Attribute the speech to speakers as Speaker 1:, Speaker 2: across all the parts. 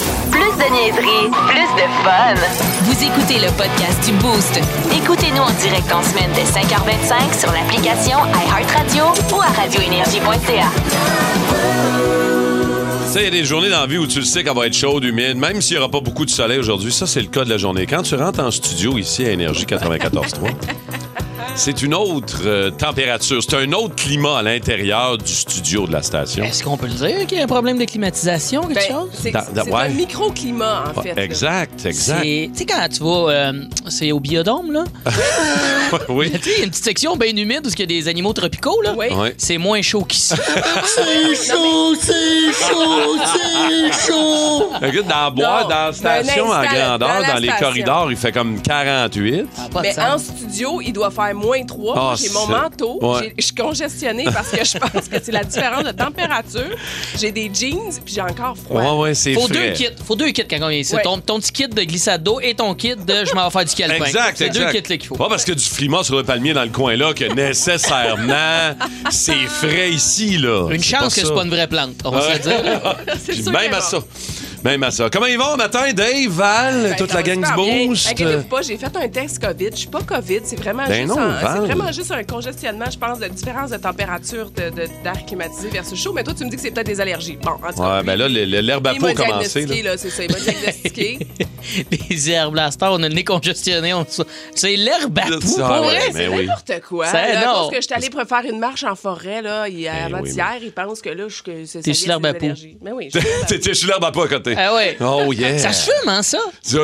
Speaker 1: de niaiserie, plus de fun.
Speaker 2: Vous écoutez le podcast du Boost. Écoutez-nous en direct en semaine dès 5h25 sur l'application iHeartRadio ou à radioénergie.ca.
Speaker 3: Tu sais, il y a des journées dans la vie où tu le sais qu'elle va être chaude, humide, même s'il n'y aura pas beaucoup de soleil aujourd'hui. Ça, c'est le cas de la journée. Quand tu rentres en studio ici à Énergie 94.3, c'est une autre euh, température. C'est un autre climat à l'intérieur du studio de la station.
Speaker 4: Est-ce qu'on peut le dire qu'il y a un problème de climatisation, quelque
Speaker 5: Ben,
Speaker 4: chose?
Speaker 5: c'est
Speaker 3: Da- da-
Speaker 5: c'est
Speaker 3: ouais.
Speaker 5: un microclimat, en fait. là.
Speaker 3: Exact, exact. Ah.
Speaker 4: C'est- Tu sais, quand tu vas. euh, c'est au biodôme, là.
Speaker 3: Oui.
Speaker 4: tu sais, il y a une petite section bien humide où il y a des animaux tropicaux, là.
Speaker 5: Oui.
Speaker 3: Ouais.
Speaker 4: C'est moins chaud qu'ici.
Speaker 3: Fait que Dans la boîte, dans
Speaker 5: Non,
Speaker 3: la
Speaker 5: mais
Speaker 3: station en
Speaker 5: dans la-
Speaker 3: grandeur,
Speaker 5: dans la
Speaker 3: dans, les
Speaker 5: station.
Speaker 3: corridors, il fait comme 48.
Speaker 4: Ça a pas de
Speaker 5: Mais
Speaker 4: sens.
Speaker 5: en studio, il doit faire moins 3.
Speaker 3: Ah,
Speaker 5: j'ai mon
Speaker 3: c'est-
Speaker 5: manteau.
Speaker 3: Ouais.
Speaker 5: J'ai- Je suis congestionnée parce que je pense que c'est la différence de température. J'ai des jeans, puis j'ai encore froid.
Speaker 3: Ouais, ouais, c'est
Speaker 4: Faut
Speaker 3: frais.
Speaker 4: deux kits. Faut deux kits quand on est ici.
Speaker 5: Ouais.
Speaker 4: Ton, ton petit kit de glissade d'eau et ton kit de je m'en vais faire du calepin.
Speaker 3: Exact,
Speaker 4: C'est deux
Speaker 3: exact.
Speaker 4: kits là, qu'il faut.
Speaker 3: Pas parce que du frima sur le palmier dans le coin là que nécessairement c'est frais ici là.
Speaker 4: Une chance
Speaker 3: ça.
Speaker 4: que
Speaker 3: Ah,
Speaker 4: c'est pas une vraie plante. On va se le dire. là.
Speaker 5: C'est
Speaker 3: Puis
Speaker 5: sûr
Speaker 3: même
Speaker 5: qu'elle
Speaker 3: à
Speaker 5: va.
Speaker 3: ça. Même à ça. Comment ils vont au matin, Dave, Val,
Speaker 5: Ben,
Speaker 3: toute
Speaker 5: ça
Speaker 3: la
Speaker 5: va
Speaker 3: gang du
Speaker 5: super bien.
Speaker 3: boost?
Speaker 5: Inquiétez-vous pas, j'ai fait un test COVID. Je suis pas COVID, c'est vraiment,
Speaker 3: Ben
Speaker 5: juste
Speaker 3: non,
Speaker 5: un-
Speaker 3: Val.
Speaker 5: c'est vraiment juste un congestionnement, je pense, de différence de température de- de- d'air climatisé versus chaud. Mais toi, tu me dis que c'est peut-être des allergies. Bon, en tout cas,
Speaker 3: Ouais,
Speaker 5: lui,
Speaker 3: ben là, le- le- l'herbe à
Speaker 5: il
Speaker 3: peau
Speaker 5: m'a
Speaker 3: a commencé.
Speaker 5: diagnostiqué,
Speaker 3: là.
Speaker 5: là, c'est ça. Il m'a diagnostiqué.
Speaker 4: Les herbes, là, à cette heure, on a le nez congestionné. on- C'est l'herbe à
Speaker 3: Là,
Speaker 4: poux,
Speaker 3: ça,
Speaker 4: pour
Speaker 3: ouais,
Speaker 4: vrai.
Speaker 3: mais
Speaker 5: C'est
Speaker 3: oui.
Speaker 5: n'importe quoi.
Speaker 4: C'est
Speaker 5: là,
Speaker 4: énorme.
Speaker 5: Parce que je suis allée faire une marche en forêt là, hier,
Speaker 3: Eh oui,
Speaker 5: avant-hier. Ils pensent que là, je, que c'est
Speaker 4: T'es
Speaker 5: ça vient,
Speaker 4: sur l'herbe à
Speaker 5: c'est des
Speaker 4: peau.
Speaker 5: allergies. Mais oui, je suis l'herbe à peau.
Speaker 3: T'étais sur l'herbe à peau à côté.
Speaker 4: Ah ouais.
Speaker 3: Oh yeah.
Speaker 4: Ça se fume, hein, ça? Non?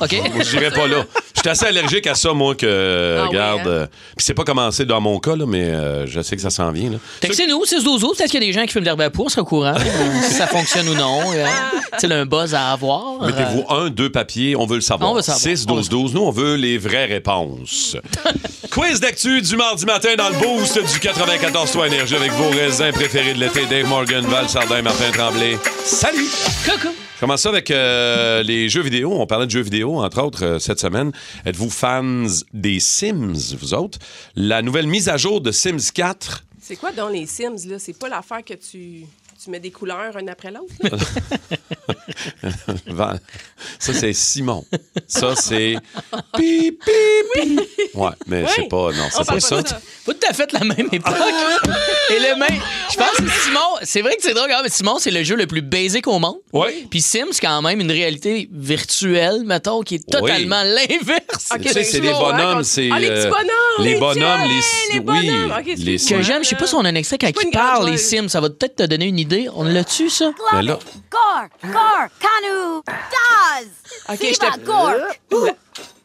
Speaker 4: OK.
Speaker 3: Moi, je dirais pas là. J'étais assez allergique à ça, moi, que. euh,
Speaker 5: Ah oui,
Speaker 3: regarde.
Speaker 5: hein?
Speaker 3: euh, Puis c'est pas commencé dans mon cas, là, mais euh, je sais que ça s'en vient. Là.
Speaker 4: Textez-nous, 6 12 12 Peut-être qu'il y a des gens qui fument de l'herbe à poux, on sera au courant. euh, si ça fonctionne ou non. euh, C'est là, un buzz à avoir.
Speaker 3: Mettez-vous un, deux papiers, on veut le savoir.
Speaker 4: On veut savoir.
Speaker 3: 6,
Speaker 4: On veut
Speaker 3: 12, 12, nous, on veut les vraies réponses. Quiz d'actu du mardi matin dans le boost du 94 3 Énergie avec vos raisins préférés de l'été, Dave Morgan, Val Sardin, Martin Tremblay. Salut!
Speaker 4: Coucou.
Speaker 3: Je commence ça avec euh, les jeux vidéo. On parlait de jeux vidéo, entre autres, euh, cette semaine. Êtes-vous fans des Sims, vous autres? La nouvelle mise à jour de Sims 4
Speaker 5: C'est quoi dans les Sims là C'est pas l'affaire que tu tu mets des couleurs un après l'autre. là?
Speaker 3: Val. Ça, c'est Simon. Ça, c'est. Pi, pi, pi. Ouais, mais c'est
Speaker 5: Oui.
Speaker 3: pas. Non,
Speaker 5: On
Speaker 3: c'est
Speaker 5: parle
Speaker 3: pas
Speaker 5: pas
Speaker 3: ça.
Speaker 5: de ça.
Speaker 4: Pas tout à fait la même époque. hein. Et le même. Je pense que Simon, c'est vrai que c'est drôle, hein, mais Simon, c'est le jeu le plus basic au monde.
Speaker 3: Oui.
Speaker 4: Puis Sim, c'est quand même une réalité virtuelle, mettons, qui est totalement l'inverse.
Speaker 5: Ok,
Speaker 3: Tu sais,
Speaker 5: ben,
Speaker 3: c'est
Speaker 5: tu
Speaker 3: les
Speaker 5: vois, hein,
Speaker 3: bonhommes,
Speaker 5: quand-
Speaker 3: c'est,
Speaker 5: Ah, les petits
Speaker 3: euh,
Speaker 5: bonhommes.
Speaker 3: les bonhommes, les-
Speaker 5: tiens, les
Speaker 3: oui,
Speaker 5: bonhommes. Ok,
Speaker 3: les-
Speaker 5: excuse-moi,
Speaker 4: que j'aime, je sais pas si on a un extrait quand
Speaker 5: Je suis
Speaker 4: il
Speaker 5: pas une grande
Speaker 4: parle, les
Speaker 5: joueuse.
Speaker 4: Sims. Ça va peut-être te donner une idée. On l'a-tu, ça?
Speaker 3: Mais là,
Speaker 6: Gork, gork, kanu, daz.
Speaker 5: Ok, je
Speaker 6: Siva,
Speaker 5: te-
Speaker 6: gork.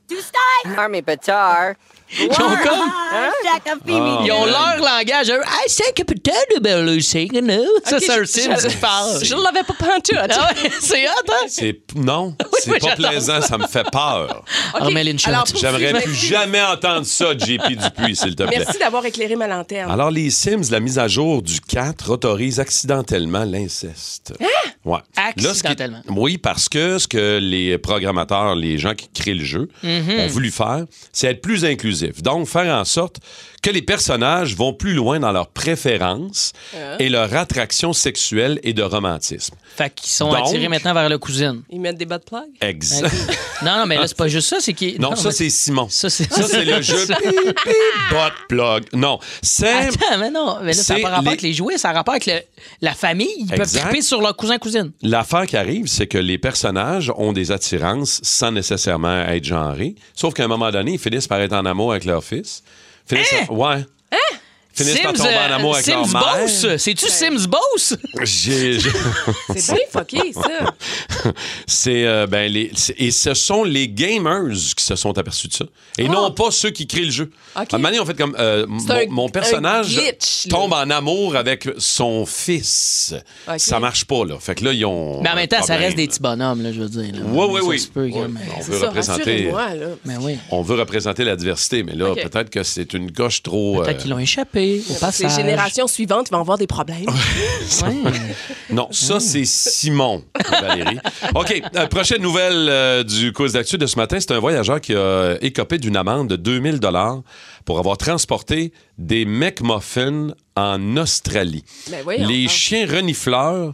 Speaker 6: Tu stai?
Speaker 7: Army Batar.
Speaker 4: Ils ont comme.
Speaker 6: Shaka
Speaker 3: Ah.
Speaker 4: Ils ont leur langage. eux. I think peut-être about le singing, no? Ça,
Speaker 5: Ok,
Speaker 4: c'est un
Speaker 5: je-
Speaker 4: Sims
Speaker 5: je-
Speaker 4: qui parle.
Speaker 5: Je l'avais pas pantoute.
Speaker 4: Ah ouais, c'est hot, hein?
Speaker 3: c'est. Non,
Speaker 4: moi,
Speaker 3: c'est pas
Speaker 4: j'adore
Speaker 3: plaisant, ça me fait peur.
Speaker 5: Ok,
Speaker 4: Alors, Mélanie Chouette.
Speaker 5: alors, poursuis,
Speaker 3: J'aimerais
Speaker 5: merci.
Speaker 3: plus jamais entendre ça, JP Dupuis, s'il te plaît.
Speaker 5: Merci d'avoir éclairé ma
Speaker 4: Ah
Speaker 5: lanterne.
Speaker 3: Alors, les Sims, la mise à jour du 4 autorise accidentellement l'inceste. Ouais. Là, ce qui-
Speaker 4: Hein? Accidentellement.
Speaker 3: oui, parce que ce que les programmateurs, les gens qui créent le jeu,
Speaker 4: Mhm.
Speaker 3: ont voulu faire, c'est être plus inclusif. Donc, faire en sorte que les personnages vont plus loin dans leurs préférences
Speaker 4: Euh.
Speaker 3: et leur attraction sexuelle et de romantisme.
Speaker 4: Fait qu'ils sont
Speaker 3: Donc-
Speaker 4: attirés maintenant vers la cousine.
Speaker 5: Ils mettent des bas de plug.
Speaker 3: Exact.
Speaker 4: Non, non, mais là, c'est pas juste ça, c'est qu'ils.
Speaker 3: Ah. Non, ça,
Speaker 4: Ben mais-
Speaker 3: c'est Simon.
Speaker 4: Ça, c'est-
Speaker 3: Ça, c'est le jeu.
Speaker 4: Ça-
Speaker 3: Pi, pi, Butt plug. Non, c'est...
Speaker 4: Attends, mais non, mais là, ça n'a
Speaker 3: C'est
Speaker 4: pas rapport
Speaker 3: les-
Speaker 4: avec les jouets, ça a rapport avec le- la famille. Ils peuvent
Speaker 3: Exact.
Speaker 4: triper sur leur cousin-cousine.
Speaker 3: L'affaire qui arrive, c'est que les personnages ont des attirances sans nécessairement être genrés. Sauf qu'à un moment donné, ils finissent par être en amour avec leur fils. Finissent Ouais. Finissent par tomber en
Speaker 4: euh,
Speaker 3: amour avec leur
Speaker 4: Hein? Sims
Speaker 3: mère.
Speaker 4: Boss. C'est-tu Sims Boss?
Speaker 3: J'ai- j'ai-
Speaker 5: C'est bien fucké, ça.
Speaker 3: c'est, euh, ben, les- c'est- et ce sont les gamers qui se sont aperçus de ça.
Speaker 4: Ah.
Speaker 3: Et non pas ceux qui créent le jeu.
Speaker 5: Ok.
Speaker 3: À un moment donné, on fait comme euh, mon,
Speaker 5: un-
Speaker 3: mon personnage
Speaker 5: un glitch, là.
Speaker 3: tombe en amour avec son fils.
Speaker 5: Ok.
Speaker 3: Ça marche pas, là. Fait que là, ils ont.
Speaker 4: Mais Ben, en même temps,
Speaker 3: un
Speaker 4: ça reste
Speaker 3: problème.
Speaker 4: des petits bonhommes, là, je veux dire. là.
Speaker 3: Ouais, ouais,
Speaker 4: Ça
Speaker 3: oui.
Speaker 4: se peut,
Speaker 3: Ouais,
Speaker 4: quand même.
Speaker 3: On
Speaker 5: C'est
Speaker 3: veut
Speaker 5: ça,
Speaker 3: représenter.
Speaker 5: rassurez-moi, là.
Speaker 4: Mais oui.
Speaker 3: On veut représenter la diversité, mais là,
Speaker 5: OK.
Speaker 3: peut-être que c'est une gauche trop. euh,
Speaker 4: Peut-être qu'ils l'ont échappé au
Speaker 5: Les
Speaker 4: passage.
Speaker 5: générations suivantes vont avoir des problèmes.
Speaker 4: Ouais.
Speaker 3: Non,
Speaker 4: Hmm.
Speaker 3: ça, c'est Simon, Valérie. OK, euh, prochaine nouvelle euh, du quiz d'actu de ce matin. C'est un voyageur qui a euh, écopé d'une amende de 2000 pour avoir transporté des McMuffins en Australie.
Speaker 5: Ben voyons
Speaker 3: Les
Speaker 5: donc.
Speaker 3: chiens renifleurs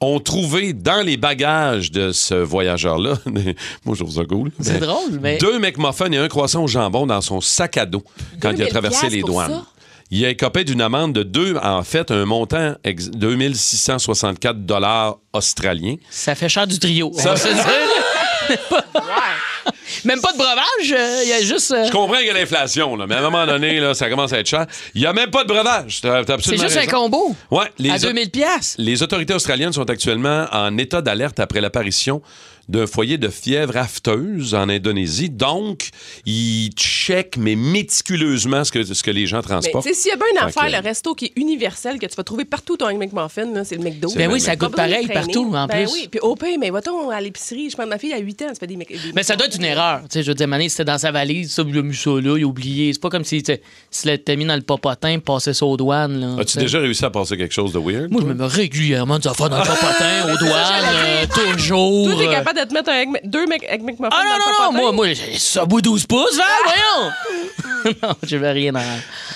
Speaker 3: ont trouvé dans les bagages de ce voyageur-là, moi je vous un goût, là,
Speaker 4: C'est
Speaker 3: mais-
Speaker 4: drôle, mais.
Speaker 3: deux McMuffins et un croissant au jambon dans son sac à dos quand il a
Speaker 5: 2000
Speaker 3: traversé les
Speaker 5: piastres pour
Speaker 3: douanes.
Speaker 5: ça?
Speaker 3: Il a écopé d'une amende de deux, en fait, un montant ex- 2664 dollars australiens.
Speaker 4: Ça fait cher du trio.
Speaker 3: Ça-
Speaker 4: on va se le dire. Même pas de breuvage, euh, il y a juste. euh,
Speaker 3: Je comprends qu'il y a l'inflation, là, mais à un moment donné, là, ça commence à être cher. Il n'y a même pas de breuvage. T'as- t'as
Speaker 4: C'est
Speaker 3: absolument
Speaker 4: juste un
Speaker 3: raison.
Speaker 4: combo.
Speaker 3: Ouais, les,
Speaker 4: à
Speaker 3: au-
Speaker 4: 2000 pièces.
Speaker 3: les autorités australiennes sont actuellement en état d'alerte après l'apparition d'un foyer de fièvre afteuse en Indonésie. Donc, ils checkent, mais méticuleusement, ce que, ce que les gens
Speaker 5: Mais tu
Speaker 3: transportent.
Speaker 5: sais, s'il y a bien une
Speaker 3: Tranquille.
Speaker 5: affaire, le resto qui est universel, que tu vas trouver partout dans un McMuffin, là, c'est le McDo.
Speaker 3: Ben oui,
Speaker 4: ça
Speaker 5: Pas
Speaker 4: goûte
Speaker 5: besoin de
Speaker 4: pareil
Speaker 5: traîner.
Speaker 4: partout, en
Speaker 5: ben
Speaker 4: plus.
Speaker 5: oui, puis au pire, mais va-t-on à l'épicerie? Je pense que ma fille a 8 ans, elle se fait des, Mc- des
Speaker 4: Mais ça doit être une erreur. Tu sais, je veux dire, Mané, c'était dans sa valise, ça, il a mis ça là, il a oublié. C'est pas comme si tu sais, s'il l'était mis dans le popotin, passait ça aux douanes. Là, tu
Speaker 3: As-tu
Speaker 4: sais.
Speaker 3: déjà réussi à passer quelque chose de weird?
Speaker 4: Moi, je me mets régulièrement des affaires dans le popotin, aux douanes, euh, toujours.
Speaker 5: Toi, t'es
Speaker 4: euh.
Speaker 5: capable de te mettre un egg- deux Mc- egg McMuffins
Speaker 4: Ah
Speaker 5: dans le
Speaker 4: non, non,
Speaker 5: popotin?
Speaker 4: non, moi, moi j'ai ça bout 12 pouces, Val, voyons! non, je vais rien en.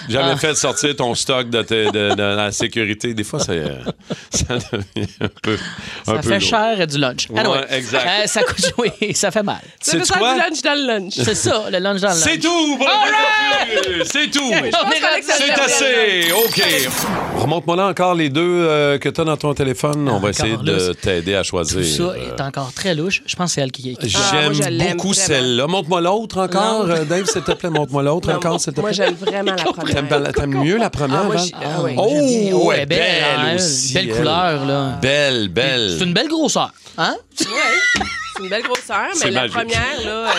Speaker 3: Jamais
Speaker 4: Ah.
Speaker 3: fait sortir ton stock de, tes- de- de la sécurité. Des fois, ça, euh, ça devient un peu. un
Speaker 4: Ça
Speaker 3: peu
Speaker 4: fait
Speaker 3: lourd.
Speaker 4: cher euh, du lunch. Ah non,
Speaker 3: Ouais, exact.
Speaker 4: Euh, ça coûte, oui, ça fait mal.
Speaker 5: Ça fait
Speaker 3: Sais-tu
Speaker 5: ça
Speaker 3: quoi?
Speaker 5: du lunch dans le lunch.
Speaker 4: C'est ça, le lunch dans le lunch.
Speaker 3: C'est tout! bon, C'est tout!
Speaker 4: On est
Speaker 5: qu'avec
Speaker 4: rendu-
Speaker 5: ça,
Speaker 3: C'est
Speaker 5: Terminé.
Speaker 3: assez! OK! Remonte-moi là encore les deux euh, que t'as dans ton téléphone. On va
Speaker 4: Encore
Speaker 3: essayer
Speaker 4: là,
Speaker 3: de
Speaker 4: c'est-
Speaker 3: t'aider à choisir.
Speaker 4: Tout ça
Speaker 3: Euh,
Speaker 4: est encore très louche. Je pense que c'est elle qui qui-
Speaker 5: Ah,
Speaker 3: J'aime
Speaker 5: moi, je l'aime
Speaker 3: beaucoup
Speaker 5: vraiment.
Speaker 3: celle-là. Montre-moi l'autre encore,
Speaker 4: Non.
Speaker 3: euh, Dave, s'il te plaît. Montre-moi l'autre encore, s'il te
Speaker 5: Moi,
Speaker 3: plaît.
Speaker 5: j'aime vraiment la
Speaker 3: T'aimes
Speaker 5: première.
Speaker 3: pas- T'aimes mieux la première,
Speaker 5: Ah, moi,
Speaker 3: Val?
Speaker 5: j'ai- ah oui.
Speaker 3: Oh,
Speaker 4: J'aime
Speaker 3: elle est
Speaker 4: bien. elle est belle,
Speaker 3: belle
Speaker 4: hein,
Speaker 3: aussi,
Speaker 4: une belle
Speaker 3: elle.
Speaker 4: couleur, là.
Speaker 3: Belle, belle.
Speaker 4: C'est une belle grosseur, hein?
Speaker 5: Ouais. C'est une belle grosseur,
Speaker 3: C'est
Speaker 5: mais la
Speaker 3: magique.
Speaker 5: première, là, euh,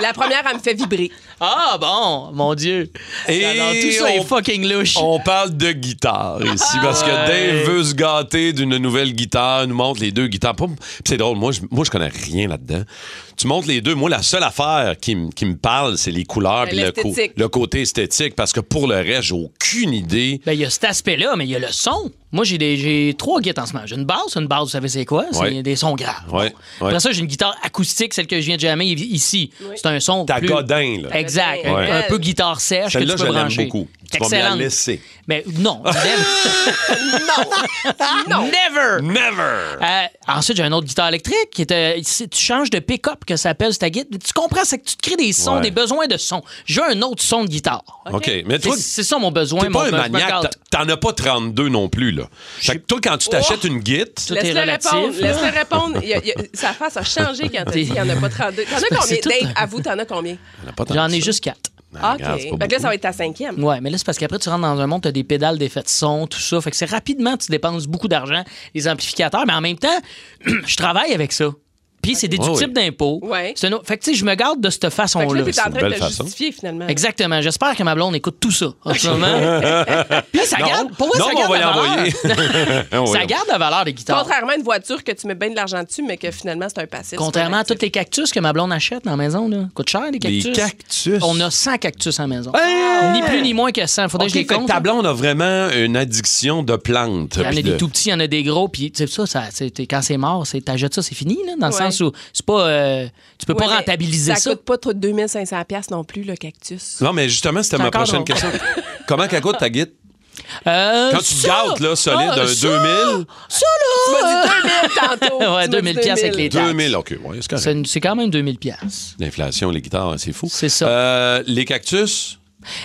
Speaker 5: la première, elle me fait vibrer.
Speaker 4: Ah bon, mon Dieu.
Speaker 3: Et
Speaker 4: Alors, tout ça
Speaker 3: on-
Speaker 4: est fucking louche.
Speaker 3: On parle de guitare ici parce que Dave veut se gâter d'une nouvelle guitare, nous montre les deux guitares. Pas- pis C'est drôle, moi je, moi je connais rien là-dedans. Tu montres les deux, moi la seule affaire qui, m- qui me parle, c'est les couleurs et le, co-
Speaker 5: L'esthétique.
Speaker 3: le côté esthétique parce que pour le reste, j'ai aucune idée.
Speaker 4: Ben, il y a cet aspect-là, mais il y a le son. Moi, j'ai des- j'ai trois guitares en ce moment. J'ai une basse, une basse, vous savez c'est quoi? C'est
Speaker 3: Ouais.
Speaker 4: des sons graves.
Speaker 3: Ouais,
Speaker 4: Bon.
Speaker 3: ouais.
Speaker 4: Après ça, j'ai une guitare acoustique, celle que je viens de jamais ici. C'est un son.
Speaker 3: Ta
Speaker 4: plus-
Speaker 3: Godin, là.
Speaker 4: Exact.
Speaker 5: Ouais.
Speaker 4: Un peu guitare sèche. que
Speaker 3: Celle-là,
Speaker 4: tu
Speaker 3: je
Speaker 4: peux
Speaker 3: l'aime
Speaker 4: brancher.
Speaker 3: beaucoup. Tu vas me la
Speaker 4: Excellent.
Speaker 3: laisser.
Speaker 4: Mais non. non. Never.
Speaker 3: Never!
Speaker 4: Euh, ensuite, j'ai une autre guitare électrique qui est, euh, si tu changes de pick-up que ça s'appelle ta guitare. Tu comprends, c'est que tu te crées des sons,
Speaker 3: Ouais.
Speaker 4: des besoins de sons. J'ai un autre son de guitare.
Speaker 3: OK, mais toi,
Speaker 4: C'est- C'est ça mon besoin,
Speaker 3: t'es
Speaker 4: mon
Speaker 3: pas un
Speaker 4: mon
Speaker 3: maniaque,
Speaker 4: workout.
Speaker 3: t'en as pas 32 non plus, là. Fait que toi, quand tu
Speaker 4: Oh!
Speaker 3: t'achètes une guitare,
Speaker 4: Tout est
Speaker 5: Laisse-le
Speaker 4: relatif,
Speaker 5: répondre.
Speaker 4: là.
Speaker 5: Laisse-le répondre. Il y a- il y a- sa face a changé quand t'as dit qu'il n'y en a pas 32. T'en as
Speaker 4: C'est
Speaker 5: combien?
Speaker 4: tout- hein.
Speaker 5: Dave, avoue, t'en as combien?
Speaker 3: t'en as pas tant
Speaker 4: J'en
Speaker 3: que
Speaker 4: ai
Speaker 3: ça.
Speaker 4: juste quatre.
Speaker 3: Ah,
Speaker 5: OK.
Speaker 3: regarde, c'est pas
Speaker 5: Fait que là,
Speaker 3: beaucoup.
Speaker 5: ça va être ta cinquième.
Speaker 4: Ouais, mais là, c'est parce qu'après, tu rentres dans un monde, tu as des pédales d'effet de son, tout ça. Fait que c'est rapidement, tu dépenses beaucoup d'argent, les amplificateurs, mais en même temps, je travaille avec ça. Puis c'est déductible
Speaker 3: Ouais,
Speaker 4: d'impôts.
Speaker 5: Ouais.
Speaker 4: C'est un autre- Fait que, tu sais, je me garde de cette
Speaker 5: Fait que
Speaker 4: façon-là.
Speaker 5: là, t'es en
Speaker 3: une
Speaker 5: train de
Speaker 3: belle
Speaker 5: te
Speaker 3: façon.
Speaker 5: justifier, finalement.
Speaker 4: Exactement. J'espère que ma blonde écoute tout ça en ce moment. Puis ça garde. Pour moi,
Speaker 3: non,
Speaker 4: ça
Speaker 3: mais on
Speaker 4: garde
Speaker 3: va
Speaker 4: la valeur.
Speaker 3: l'envoyer. On va
Speaker 4: ça
Speaker 3: l'envoyer.
Speaker 4: garde la valeur des guitares.
Speaker 5: Contrairement à une voiture que tu mets bien de l'argent dessus, mais que finalement, c'est un passif.
Speaker 4: Contrairement à
Speaker 5: C'est
Speaker 4: tous les cactus que ma blonde achète dans la maison, là. Coûte cher,
Speaker 3: Des
Speaker 4: les cactus.
Speaker 3: cactus.
Speaker 4: On a 100 cactus en maison.
Speaker 3: Hey!
Speaker 4: Ni plus ni moins que 100. Faudrait
Speaker 3: OK,
Speaker 4: que je les
Speaker 3: fait que
Speaker 4: compte.
Speaker 3: ta
Speaker 4: là.
Speaker 3: blonde a vraiment une addiction de plantes.
Speaker 4: Il y en a
Speaker 3: puis
Speaker 4: des
Speaker 3: de-
Speaker 4: tout petits, il y en a des gros, puis tu sais ça, ça c'est- t'es- quand c'est mort, c'est t'achètes ça, c'est fini là, dans le
Speaker 5: Ouais.
Speaker 4: sens où c'est pas euh, tu peux
Speaker 5: Ouais,
Speaker 4: pas
Speaker 5: mais
Speaker 4: rentabiliser ça.
Speaker 5: Ça coûte pas trop de 2500$ piastres non plus, le cactus.
Speaker 3: Non, mais justement, c'était
Speaker 4: C'est
Speaker 3: ma
Speaker 4: encore
Speaker 3: prochaine
Speaker 4: drôle.
Speaker 3: question. Comment qu'elle coûte ta guide?
Speaker 4: Euh,
Speaker 3: Quand tu te
Speaker 4: ça,
Speaker 3: gâtes, là, solide,
Speaker 4: ah,
Speaker 3: un
Speaker 4: ça,
Speaker 3: 2000,
Speaker 4: ça
Speaker 5: Tu
Speaker 4: là.
Speaker 5: m'as dit 2000 tantôt. Tu m'as
Speaker 4: ouais,
Speaker 5: dit
Speaker 4: 2000 pièces avec les taxes.
Speaker 3: 2000, OK, ouais, c'est correct.
Speaker 4: C'est une- C'est quand même 2000 pièces.
Speaker 3: L'inflation, les guitares, c'est fou.
Speaker 4: C'est ça.
Speaker 3: Euh, les cactus,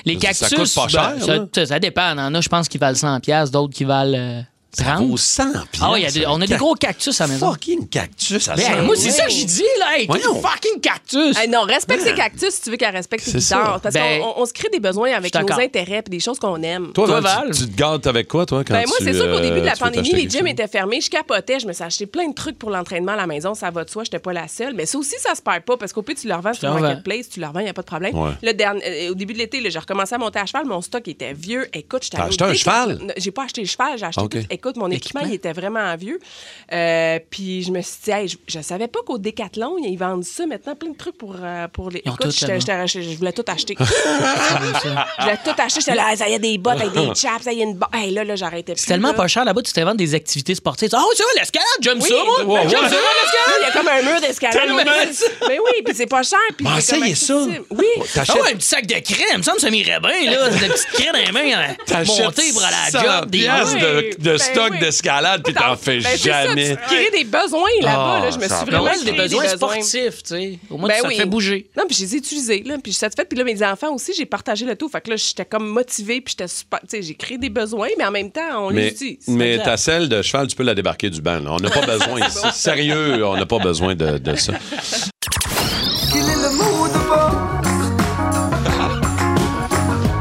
Speaker 4: Les
Speaker 3: Ça- ça
Speaker 4: cactus,
Speaker 3: coûte pas
Speaker 4: ben,
Speaker 3: cher,
Speaker 4: ça-
Speaker 3: là.
Speaker 4: ça, ça dépend, il y en a je pense qui valent 100 pièces, d'autres qui valent euh, 30.
Speaker 3: au 100 piastres,
Speaker 4: Ah ouais, il y a des- on a des
Speaker 3: un
Speaker 4: gros cactus à la maison.
Speaker 3: Fucking cactus à
Speaker 4: Ben,
Speaker 3: 100
Speaker 4: moi c'est
Speaker 5: oui.
Speaker 4: ça que j'ai dit là, hey, t'es
Speaker 3: Voyons.
Speaker 4: fucking cactus.
Speaker 5: Hey, non, respecte ses cactus si tu veux qu'elle respecte ses
Speaker 3: C'est ça.
Speaker 5: guitares. Parce
Speaker 4: Ben,
Speaker 5: qu'on on- on se crée des besoins avec
Speaker 4: je suis
Speaker 5: nos
Speaker 4: d'accord.
Speaker 5: intérêts et des choses qu'on aime.
Speaker 3: Toi,
Speaker 4: Toi,
Speaker 3: Val,
Speaker 4: Val?
Speaker 3: tu, tu te gâtes avec quoi, toi, quand
Speaker 5: Ben, moi,
Speaker 3: tu,
Speaker 5: c'est sûr qu'au
Speaker 3: euh,
Speaker 5: début de la
Speaker 3: tu veux
Speaker 5: pandémie,
Speaker 3: t'acheter
Speaker 5: les
Speaker 3: quelque
Speaker 5: gyms
Speaker 3: chose?
Speaker 5: étaient fermés. Je capotais. Je me suis acheté plein de trucs pour l'entraînement à la maison. Ça va de soi. J'étais pas la seule. Mais ça aussi, ça se perd pas parce qu'au pire, tu le revends sur
Speaker 4: le revends.
Speaker 5: Marketplace. Tu le revends, il n'y a pas de problème.
Speaker 3: Ouais.
Speaker 5: Le dernier, euh, au début de l'été, là, j'ai recommencé à monter à cheval. Mon stock était vieux. Écoute, j'étais
Speaker 3: T'as
Speaker 5: allée
Speaker 3: acheté
Speaker 5: au
Speaker 3: un
Speaker 5: Décathlon.
Speaker 3: cheval? Ah,
Speaker 5: Non, J'ai pas acheté le cheval. J'ai acheté
Speaker 3: Ok.
Speaker 5: tout. Écoute, mon équipement,
Speaker 4: L'équipement.
Speaker 5: il était vraiment vieux. Euh, puis je me suis dit, hey, je, je savais pas qu'au Décathlon, ils vendent ça maintenant, plein de trucs pour, euh, pour les.
Speaker 4: Ils ont
Speaker 5: Écoute,
Speaker 4: tout,
Speaker 5: j'étais- j'étais- je voulais tout acheter. Je voulais tout acheter. J'étais là, Ah, ça y a des bottes avec des chaps, ça y a une. ba- Hey, là, là, j'arrêtais plus.
Speaker 4: C'est tellement
Speaker 5: là.
Speaker 4: pas cher là-bas, tu t'inventes des activités sportives. Ah, oh, c'est vrai, l'escalade, j'aime
Speaker 5: Oui.
Speaker 4: ça, moi!
Speaker 5: Ouais,
Speaker 4: j'aime
Speaker 3: ouais.
Speaker 4: ça,
Speaker 5: Là,
Speaker 4: l'escalade!
Speaker 5: Il y a comme un mur d'escalade.
Speaker 4: Tellement.
Speaker 5: Mais oui, puis c'est pas cher. Puis
Speaker 3: Ben,
Speaker 5: c'est comme
Speaker 3: essayez ça.
Speaker 5: accessible. Oui.
Speaker 4: Ah
Speaker 3: T'achètes
Speaker 4: ouais, un petit sac de crème, il me semble que ça m'irait bien, là. Une petite crème dans les mains, hein.
Speaker 3: T'achètes
Speaker 4: monter pour aller à
Speaker 3: 100
Speaker 4: la job. Des...
Speaker 3: piastres
Speaker 5: Ouais.
Speaker 3: de, de
Speaker 5: Ben,
Speaker 3: stock
Speaker 5: oui.
Speaker 3: d'escalade, puis t'en fais
Speaker 5: Ben, c'est ça,
Speaker 3: jamais.
Speaker 5: tu crées des besoins là-bas.
Speaker 3: Ah,
Speaker 5: là, je me
Speaker 3: ça
Speaker 5: suis
Speaker 3: va.
Speaker 4: Mais au
Speaker 5: vraiment
Speaker 4: moins,
Speaker 5: créé
Speaker 4: des besoins sportifs, tu sais. Au moins,
Speaker 5: Ben
Speaker 4: tu ça
Speaker 5: oui.
Speaker 4: fait bouger.
Speaker 5: Non, puis je les ai utilisés, là, puis je suis satisfaite. Puis là, mes enfants aussi, j'ai partagé le tout. Fait que là, j'étais comme motivée, puis j'étais super. Tu sais, j'ai créé des besoins, mais en même temps, on les
Speaker 3: Mais,
Speaker 5: utilise.
Speaker 3: mais
Speaker 5: Fait que
Speaker 3: ta
Speaker 5: ça-
Speaker 3: selle de cheval, tu peux la débarquer du banc. là. On n'a pas besoin. ici. Sérieux, on n'a pas besoin de, de ça.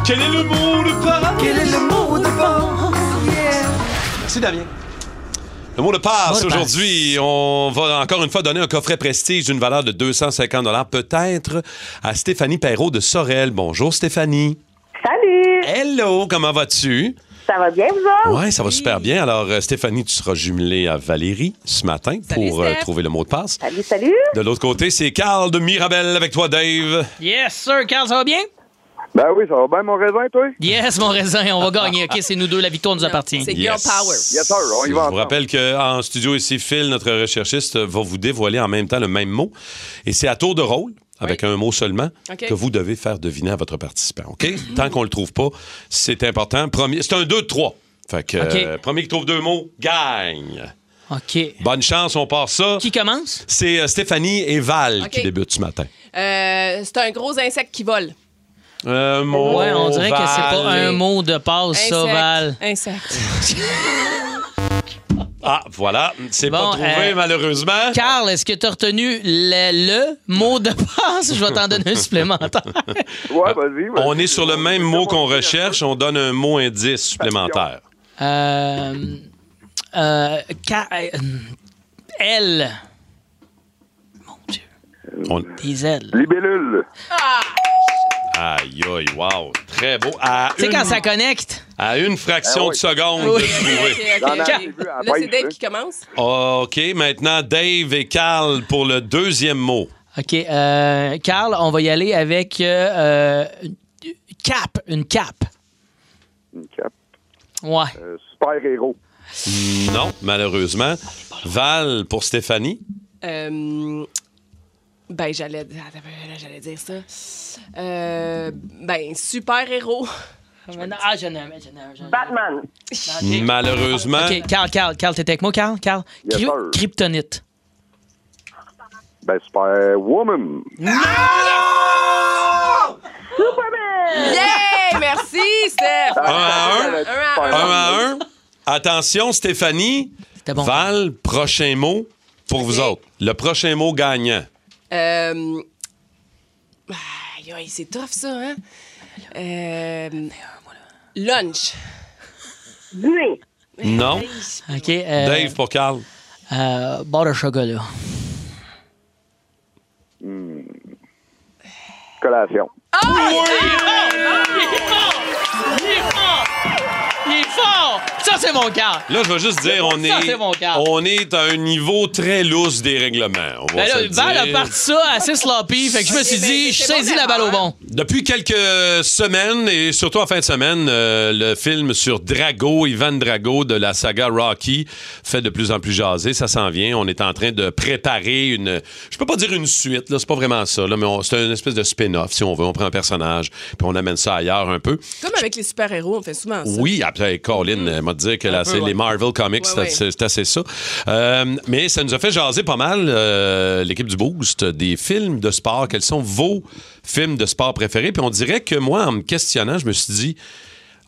Speaker 3: Quel est le mot de passe? Quel est le mot de passe? Quel est le mot de passe? Merci, Damien. Le mot de
Speaker 4: Mot
Speaker 3: passe
Speaker 4: de passe.
Speaker 3: aujourd'hui, on va encore une fois donner un coffret prestige d'une valeur de 250 peut-être à Stéphanie Perrault de Sorel. Bonjour Stéphanie.
Speaker 7: Salut!
Speaker 3: Hello, comment vas-tu?
Speaker 7: Ça va bien, vous autres?
Speaker 3: Oui, ça va super bien. Alors, euh, Stéphanie, tu seras jumelée à Valérie ce matin
Speaker 5: Salut,
Speaker 3: pour euh,
Speaker 5: Steph.
Speaker 3: trouver le mot de passe.
Speaker 7: Salut, salut!
Speaker 3: De l'autre côté, c'est Carl de Mirabel avec toi, Dave.
Speaker 4: Yes, sir. Carl, ça va bien?
Speaker 8: Ben oui, ça va bien, mon raisin, toi?
Speaker 4: Yes, mon raisin, on va gagner. OK, c'est nous deux, la victoire nous appartient.
Speaker 5: C'est
Speaker 3: Yes.
Speaker 5: Girl Power.
Speaker 8: Yes, sir, on y va
Speaker 3: Je vous
Speaker 8: ensemble.
Speaker 3: rappelle qu'en studio ici, Phil, notre recherchiste, va vous dévoiler en même temps le même mot. Et c'est à tour de rôle, avec un mot seulement,
Speaker 5: OK.
Speaker 3: que vous devez faire deviner à votre participant. OK? Tant qu'on le trouve pas, c'est important. Premier, c'est un 2-3. Fait que,
Speaker 4: OK.
Speaker 3: euh, premier qui trouve deux mots, gagne.
Speaker 4: OK.
Speaker 3: Bonne chance, on part ça.
Speaker 4: Qui commence?
Speaker 3: C'est euh, Stéphanie et Val
Speaker 5: OK.
Speaker 3: qui débutent ce matin.
Speaker 5: Euh, c'est un gros insecte qui vole.
Speaker 3: Un mot.
Speaker 4: Ouais, on dirait que c'est pas
Speaker 3: Euh, Oh, Val.
Speaker 4: un mot de passe, ça,
Speaker 5: Insecte.
Speaker 4: Val.
Speaker 5: Insecte.
Speaker 3: Ah, voilà. C'est
Speaker 4: Bon,
Speaker 3: pas trouvé,
Speaker 4: euh,
Speaker 3: malheureusement.
Speaker 4: Carl, est-ce que tu as retenu le, le mot de passe? Je vais t'en donner un supplémentaire.
Speaker 8: Ouais, vas-y. vas-y.
Speaker 3: Ah, On est sur le même mot qu'on
Speaker 8: Vas-y,
Speaker 3: recherche. On donne un mot indice supplémentaire.
Speaker 4: Euh, euh, Ca- euh, elle. Mon Dieu,
Speaker 3: On-
Speaker 4: des ailes.
Speaker 8: Libellule.
Speaker 3: Aïe, aïe, wow. Très beau. À
Speaker 4: Tu sais,
Speaker 3: une,
Speaker 4: quand ça connecte,
Speaker 3: à une
Speaker 8: Ah
Speaker 3: fraction
Speaker 8: oui.
Speaker 3: de seconde
Speaker 4: Oui.
Speaker 3: de trouver.
Speaker 5: Ok, ok,
Speaker 8: J'en ai
Speaker 5: ok.
Speaker 8: vu à
Speaker 5: euh, Là, c'est
Speaker 8: pêche,
Speaker 5: Dave
Speaker 8: là.
Speaker 5: qui commence.
Speaker 3: OK, maintenant, Dave et Carl pour le deuxième mot.
Speaker 4: OK, euh, Carl, on va y aller avec euh, euh, une cape, une cape.
Speaker 8: Une cape.
Speaker 4: Ouais.
Speaker 8: Euh, Super-héros.
Speaker 3: Non, malheureusement. Val pour Stéphanie.
Speaker 5: Euh, ben, j'allais attends, ben, j'allais dire ça. Euh, ben, super-héros.
Speaker 4: Ah, j'en ai un, j'en ai un, j'en ai un.
Speaker 7: Batman.
Speaker 3: Malheureusement.
Speaker 4: OK, Carl, Carl, Carl, t'es avec moi, Carl? Carl?
Speaker 8: Hein? Yes,
Speaker 4: Cryp-
Speaker 8: sir.
Speaker 4: kryptonite.
Speaker 8: Ben, Super-Woman.
Speaker 5: Yay! Merci, Steph!
Speaker 8: Un
Speaker 3: à un.
Speaker 5: Un à
Speaker 3: Un à un. Attention, C'était
Speaker 4: C'était bon.
Speaker 3: Val, prochain mot pour vous autres. Le prochain mot gagnant.
Speaker 5: Euh, aïe, aïe, c'est tough, ça, hein? Euh, lunch.
Speaker 7: Buée.
Speaker 3: Non.
Speaker 4: OK, euh,
Speaker 3: Dave pour Carl.
Speaker 8: Ben-
Speaker 4: euh, barre de chocolat.
Speaker 8: Collation.
Speaker 4: Il est fort! Ça, c'est mon Carl!
Speaker 3: Là, je veux juste dire, on
Speaker 4: Ça,
Speaker 3: est,
Speaker 4: c'est mon Carl.
Speaker 3: on est à un niveau très lousse des règlements. On va
Speaker 4: Ben
Speaker 3: se
Speaker 4: là,
Speaker 3: le
Speaker 4: le balle a
Speaker 3: dire.
Speaker 4: parti ça assez sloppy. Fait que je me suis
Speaker 5: ben,
Speaker 4: dit, je
Speaker 5: c'est
Speaker 4: saisis
Speaker 5: bon hein?
Speaker 4: la balle au
Speaker 5: d'abord.
Speaker 4: bon.
Speaker 3: Depuis quelques semaines, et surtout en fin de semaine, euh, le film sur Drago, Ivan Drago de la saga Rocky, fait de plus en plus jaser. Ça s'en vient. On est en train de préparer une. Je peux pas dire une suite, là, c'est pas vraiment ça, là, mais on- c'est une espèce de spin-off, si on veut. On prend un personnage, puis on amène ça ailleurs un peu.
Speaker 5: Comme avec les super-héros, on fait souvent ça. Mm-hmm.
Speaker 3: Oui, après, Colin, euh, m'a dit que là, c'est les Marvel Comics,
Speaker 5: Ouais,
Speaker 3: c'est
Speaker 5: ouais.
Speaker 3: assez- c'est assez ça. Euh, mais ça nous a fait jaser pas mal, euh, l'équipe du Boost, des films de sport. Quels sont vos films de sport préférés? Puis on dirait que moi, en me questionnant, je me suis dit,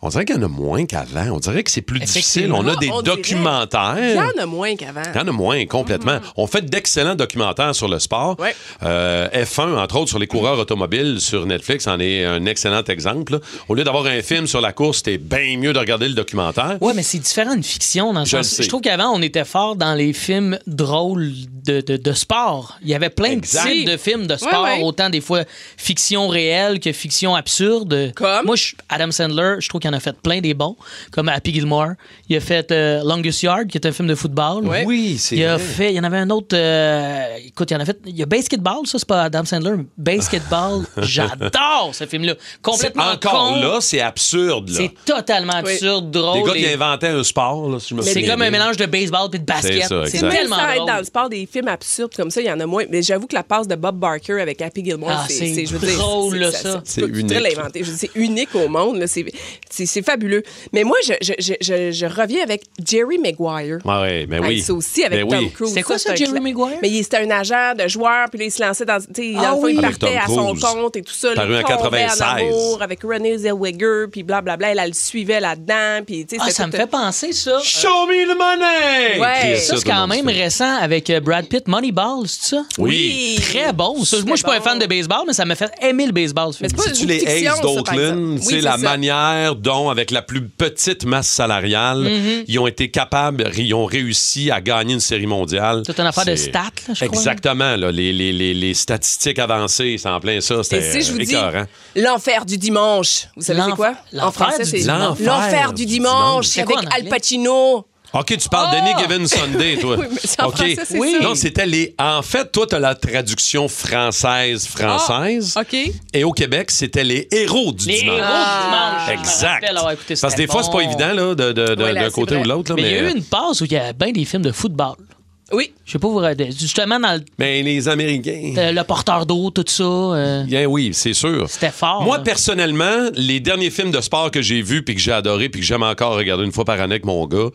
Speaker 3: on dirait qu'il y en a moins qu'avant. On dirait que c'est plus difficile.
Speaker 4: Effectivement.
Speaker 3: On a des
Speaker 5: On dirait. Il y
Speaker 3: documentaires.
Speaker 5: en a moins qu'avant.
Speaker 3: Il y en a moins, complètement.
Speaker 4: Mhm.
Speaker 3: On fait d'excellents documentaires sur le sport.
Speaker 5: Ouais.
Speaker 3: Euh, F1, entre autres, sur les coureurs automobiles sur Netflix, en est un excellent exemple. là. Au lieu d'avoir un film sur la course, c'était bien mieux de regarder le documentaire.
Speaker 4: Ouais, mais c'est différent d'une fiction dans le
Speaker 3: Je le
Speaker 4: sens.
Speaker 3: sais.
Speaker 4: Je trouve qu'avant, on était fort dans les films drôles de, de- de sport. Il y avait plein
Speaker 3: Exact.
Speaker 4: de types de films de sport,
Speaker 5: Ouais, ouais.
Speaker 4: autant des fois fiction réelle que fiction absurde.
Speaker 5: Comme?
Speaker 4: Moi, je- Adam Sandler, je trouve qu'il en a fait plein des bons, comme Happy Gilmore. Il a fait euh, Longest Yard, qui est un film de football.
Speaker 5: Ouais.
Speaker 3: Oui, c'est
Speaker 4: Il a
Speaker 3: vrai.
Speaker 4: fait, il y en avait un autre. euh, écoute, il y en a fait. Il y a Basketball, ça, c'est pas Adam Sandler. mais Basketball, j'adore ce film-là. Complètement
Speaker 3: Encore
Speaker 4: con.
Speaker 3: là, c'est absurde. Là.
Speaker 4: C'est totalement absurde,
Speaker 3: Les
Speaker 4: drôle.
Speaker 3: gars qui
Speaker 4: et-
Speaker 3: inventaient un sport, là, si je me
Speaker 4: c'est
Speaker 3: souviens
Speaker 4: comme un
Speaker 3: bien.
Speaker 4: mélange de baseball puis de
Speaker 3: C'est
Speaker 4: basket.
Speaker 3: ça,
Speaker 4: C'est
Speaker 3: exact.
Speaker 5: Même
Speaker 4: tellement
Speaker 5: sans être dans
Speaker 4: drôle.
Speaker 5: le sport des films absurdes comme ça, il y en a moins. Mais j'avoue que la passe de Bob Barker avec Happy Gilmore,
Speaker 4: Ah,
Speaker 5: c'est,
Speaker 4: c'est
Speaker 5: je veux dire,
Speaker 4: drôle,
Speaker 5: c'est-
Speaker 4: là,
Speaker 5: c'est-
Speaker 4: ça.
Speaker 5: tu peux-
Speaker 3: C'est
Speaker 5: tu pourrais
Speaker 3: unique.
Speaker 5: l'inventer. Je veux dire, C'est unique au monde. là. C'est, c'est c'est fabuleux. Mais moi, je, je, je, je, je reviens avec Jerry Maguire.
Speaker 3: Ah ouais, ben
Speaker 5: Hey,
Speaker 3: oui.
Speaker 5: ça aussi avec
Speaker 3: Ben
Speaker 5: Tom
Speaker 3: oui.
Speaker 5: Cruise.
Speaker 4: C'est quoi ça,
Speaker 5: un
Speaker 4: Jerry
Speaker 5: cla-
Speaker 4: Maguire?
Speaker 5: Mais il- c'était un agent de joueur, puis là, il se lançait dans. tu sais,
Speaker 4: Ah
Speaker 5: dans le fond,
Speaker 4: oui.
Speaker 5: il
Speaker 3: Avec
Speaker 5: partait à
Speaker 3: Tom
Speaker 5: son
Speaker 3: Cruise.
Speaker 5: compte et tout ça.
Speaker 3: Paru
Speaker 5: là, il
Speaker 3: en
Speaker 5: tombait
Speaker 3: 96.
Speaker 5: amour avec Renée Zellweger, puis blablabla. Elle, elle le suivait là-dedans. Puis, tu sais,
Speaker 4: Ah,
Speaker 5: c'était
Speaker 4: ça me
Speaker 5: tout-
Speaker 4: fait penser, ça.
Speaker 3: Show me the money!
Speaker 5: Ouais.
Speaker 3: Crier
Speaker 5: Ça,
Speaker 4: Ça, c'est
Speaker 3: tout le
Speaker 4: quand
Speaker 3: monde
Speaker 4: même
Speaker 3: se fait.
Speaker 4: récent avec euh, Brad Pitt, Moneyball, c'est ça?
Speaker 3: Oui.
Speaker 4: Très bon. ça. Moi, je suis pas un fan de baseball, mais ça m'a fait aimer le baseball, ce film.
Speaker 5: Mais c'est pas
Speaker 3: Si tu
Speaker 5: une
Speaker 3: les
Speaker 5: fiction,
Speaker 3: Aces
Speaker 5: ça, par exemple.
Speaker 3: d'Oakland,
Speaker 5: Oui,
Speaker 3: c'est la
Speaker 5: ça.
Speaker 3: manière dont, avec la plus petite masse salariale,
Speaker 5: Mhm.
Speaker 3: ils ont été capables, ils ont réussi à gagner une série mondiale.
Speaker 4: C'est une affaire de
Speaker 3: C'est-
Speaker 4: stats, là, je crois.
Speaker 3: Exactement, là, les, les- les- les statistiques avancées, c'est en plein ça.
Speaker 5: Et
Speaker 3: C'était
Speaker 5: si je vous dis
Speaker 3: écœurant.
Speaker 5: l'enfer du dimanche, vous savez c'est
Speaker 4: L'enfer-
Speaker 5: quoi? En
Speaker 4: l'enfer
Speaker 5: français,
Speaker 4: du
Speaker 5: c'est
Speaker 3: dimanche.
Speaker 5: l'enfer du dimanche
Speaker 4: C'est quoi
Speaker 5: avec
Speaker 4: en
Speaker 5: Al
Speaker 4: anglais?
Speaker 5: Pacino.
Speaker 3: OK, tu parles
Speaker 5: Ah!
Speaker 3: d'Any Given Sunday, toi.
Speaker 5: Oui, mais c'est en
Speaker 3: OK.
Speaker 5: français, c'est Oui. ça.
Speaker 3: Non, c'était les. En fait, toi, tu as la traduction française-française.
Speaker 5: Ah, OK.
Speaker 3: Et au Québec, c'était les héros du
Speaker 4: Les héros
Speaker 3: dimanche.
Speaker 4: du dimanche.
Speaker 5: Ah,
Speaker 4: je me
Speaker 3: Exact.
Speaker 5: ben
Speaker 4: rappelle avoir écouté ça.
Speaker 3: Parce que des fois, c'est pas
Speaker 4: Bon.
Speaker 3: évident là, de, de- de-
Speaker 5: Ouais, là,
Speaker 3: d'un
Speaker 5: c'est
Speaker 3: côté
Speaker 5: vrai.
Speaker 3: ou de l'autre. là,
Speaker 4: Mais il y
Speaker 3: mais, euh,
Speaker 4: a eu une passe où il y a bien des films de football.
Speaker 5: Oui.
Speaker 4: Je sais pas vous justement dans le,
Speaker 3: mais Ben, les Américains.
Speaker 4: euh, le porteur d'eau, tout ça. euh,
Speaker 3: Bien oui, c'est sûr.
Speaker 4: C'était fort,
Speaker 3: Moi,
Speaker 4: là.
Speaker 3: personnellement, les derniers films de sport que j'ai vus puis que j'ai adoré puis que j'aime encore regarder une fois par année avec mon gars,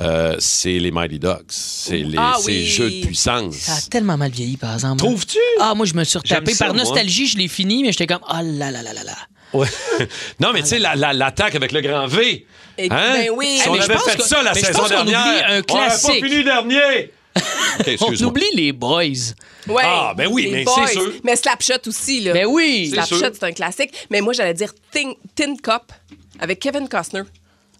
Speaker 3: euh, c'est les Mighty Ducks. C'est les
Speaker 5: Ah
Speaker 3: ces
Speaker 5: oui.
Speaker 3: jeux de puissance.
Speaker 4: ça a tellement mal vieilli, par exemple.
Speaker 3: Trouves-tu?
Speaker 4: Ah, moi, je me suis retapé
Speaker 3: J'aime ça,
Speaker 4: par
Speaker 3: moi.
Speaker 4: nostalgie, je l'ai fini, mais j'étais comme, ah là là là là là.
Speaker 3: Ouais. non, mais tu sais, la- la- l'attaque avec le grand V.
Speaker 5: Et-
Speaker 3: Hein?
Speaker 5: ben oui.
Speaker 3: Si
Speaker 5: Eh,
Speaker 3: on
Speaker 5: mais je
Speaker 3: avait
Speaker 4: pense
Speaker 3: fait
Speaker 4: que-
Speaker 3: ça la
Speaker 4: mais je
Speaker 3: saison
Speaker 4: pense qu'on oublie
Speaker 3: dernière.
Speaker 4: un
Speaker 3: on aurait
Speaker 4: classique.
Speaker 3: pas fini dernier. OK,
Speaker 4: On
Speaker 3: excuse-moi.
Speaker 4: oublie les boys.
Speaker 5: Ouais.
Speaker 3: Ah, ben oui,
Speaker 5: Les
Speaker 3: mais
Speaker 5: Boys.
Speaker 3: c'est sûr.
Speaker 5: Mais Slapshot aussi, là.
Speaker 4: Mais Ben oui.
Speaker 3: C'est sûr.
Speaker 5: Slapshot, c'est un classique. Mais moi, j'allais dire Tin, Tin Cup avec Kevin Costner.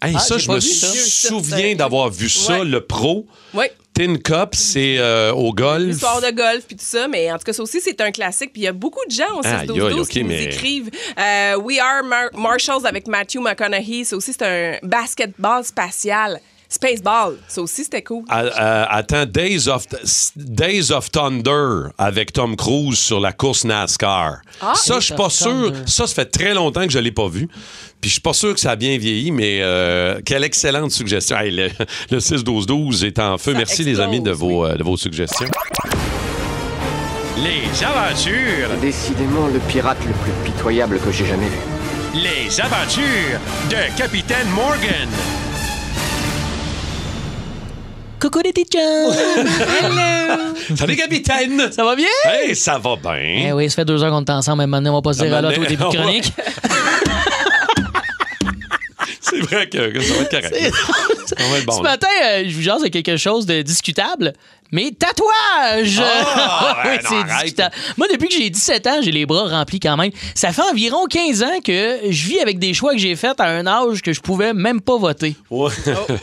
Speaker 3: Hey,
Speaker 4: Ah,
Speaker 3: ça,
Speaker 4: j'ai
Speaker 3: je
Speaker 4: pas
Speaker 3: me
Speaker 4: vu ça.
Speaker 5: Ça,
Speaker 3: souviens
Speaker 5: ça-
Speaker 3: d'avoir vu ça,
Speaker 5: Ouais.
Speaker 3: le pro.
Speaker 5: Oui.
Speaker 3: Tin Cup, c'est euh, au golf.
Speaker 5: L'histoire de golf puis tout ça, mais en tout cas, ça aussi, c'est un classique. Puis il y a beaucoup de gens au
Speaker 3: Aïe,
Speaker 5: 6 12
Speaker 3: aïe,
Speaker 5: 12
Speaker 3: ok,
Speaker 5: qui
Speaker 3: mais-
Speaker 5: nous écrivent. Euh, We Are Mar- Marshals avec Matthew McConaughey. Ça aussi, c'est un basketball spatial. Spaceball. Ça aussi, c'était cool.
Speaker 3: À- à- attends, Days of, Days of Thunder avec Tom Cruise sur la course NASCAR. ça, je suis
Speaker 4: Ah, Days
Speaker 3: pas
Speaker 4: of
Speaker 3: sûr.
Speaker 4: Thunder.
Speaker 3: Ça, ça fait très longtemps que je l'ai pas vu. Puis je suis pas sûr que ça a bien vieilli, mais euh, quelle excellente suggestion. Hey, le le 6-12-12 est en feu.
Speaker 5: Ça
Speaker 3: Merci, les
Speaker 5: explose,
Speaker 3: amis, de
Speaker 5: oui.
Speaker 3: vos, euh, de vos suggestions. Les aventures,
Speaker 9: Décidément le pirate le plus pitoyable que j'ai jamais vu.
Speaker 3: les aventures de Capitaine Morgan.
Speaker 4: Coucou les teachers!
Speaker 3: Salut, Capitaine!
Speaker 4: ça va bien?
Speaker 3: Hey, ça va bien.
Speaker 4: Eh oui, ça fait deux heures qu'on est ensemble, mais maintenant, on va pas se dire à l'autre au début de chronique.
Speaker 3: C'est vrai que, que ça va être correct. Ça va être bon.
Speaker 4: Ce
Speaker 3: là.
Speaker 4: matin, euh, je vous jase de quelque chose de discutable. Mes tatouages!
Speaker 3: Ah,
Speaker 4: Oui,
Speaker 3: ouais, non,
Speaker 4: c'est
Speaker 3: arrête.
Speaker 4: discutable. Moi, depuis que j'ai 17 ans, j'ai les bras remplis quand même. Ça fait environ 15 ans que je vis avec des choix que j'ai faits à un âge que je pouvais même pas voter.
Speaker 3: Ouais.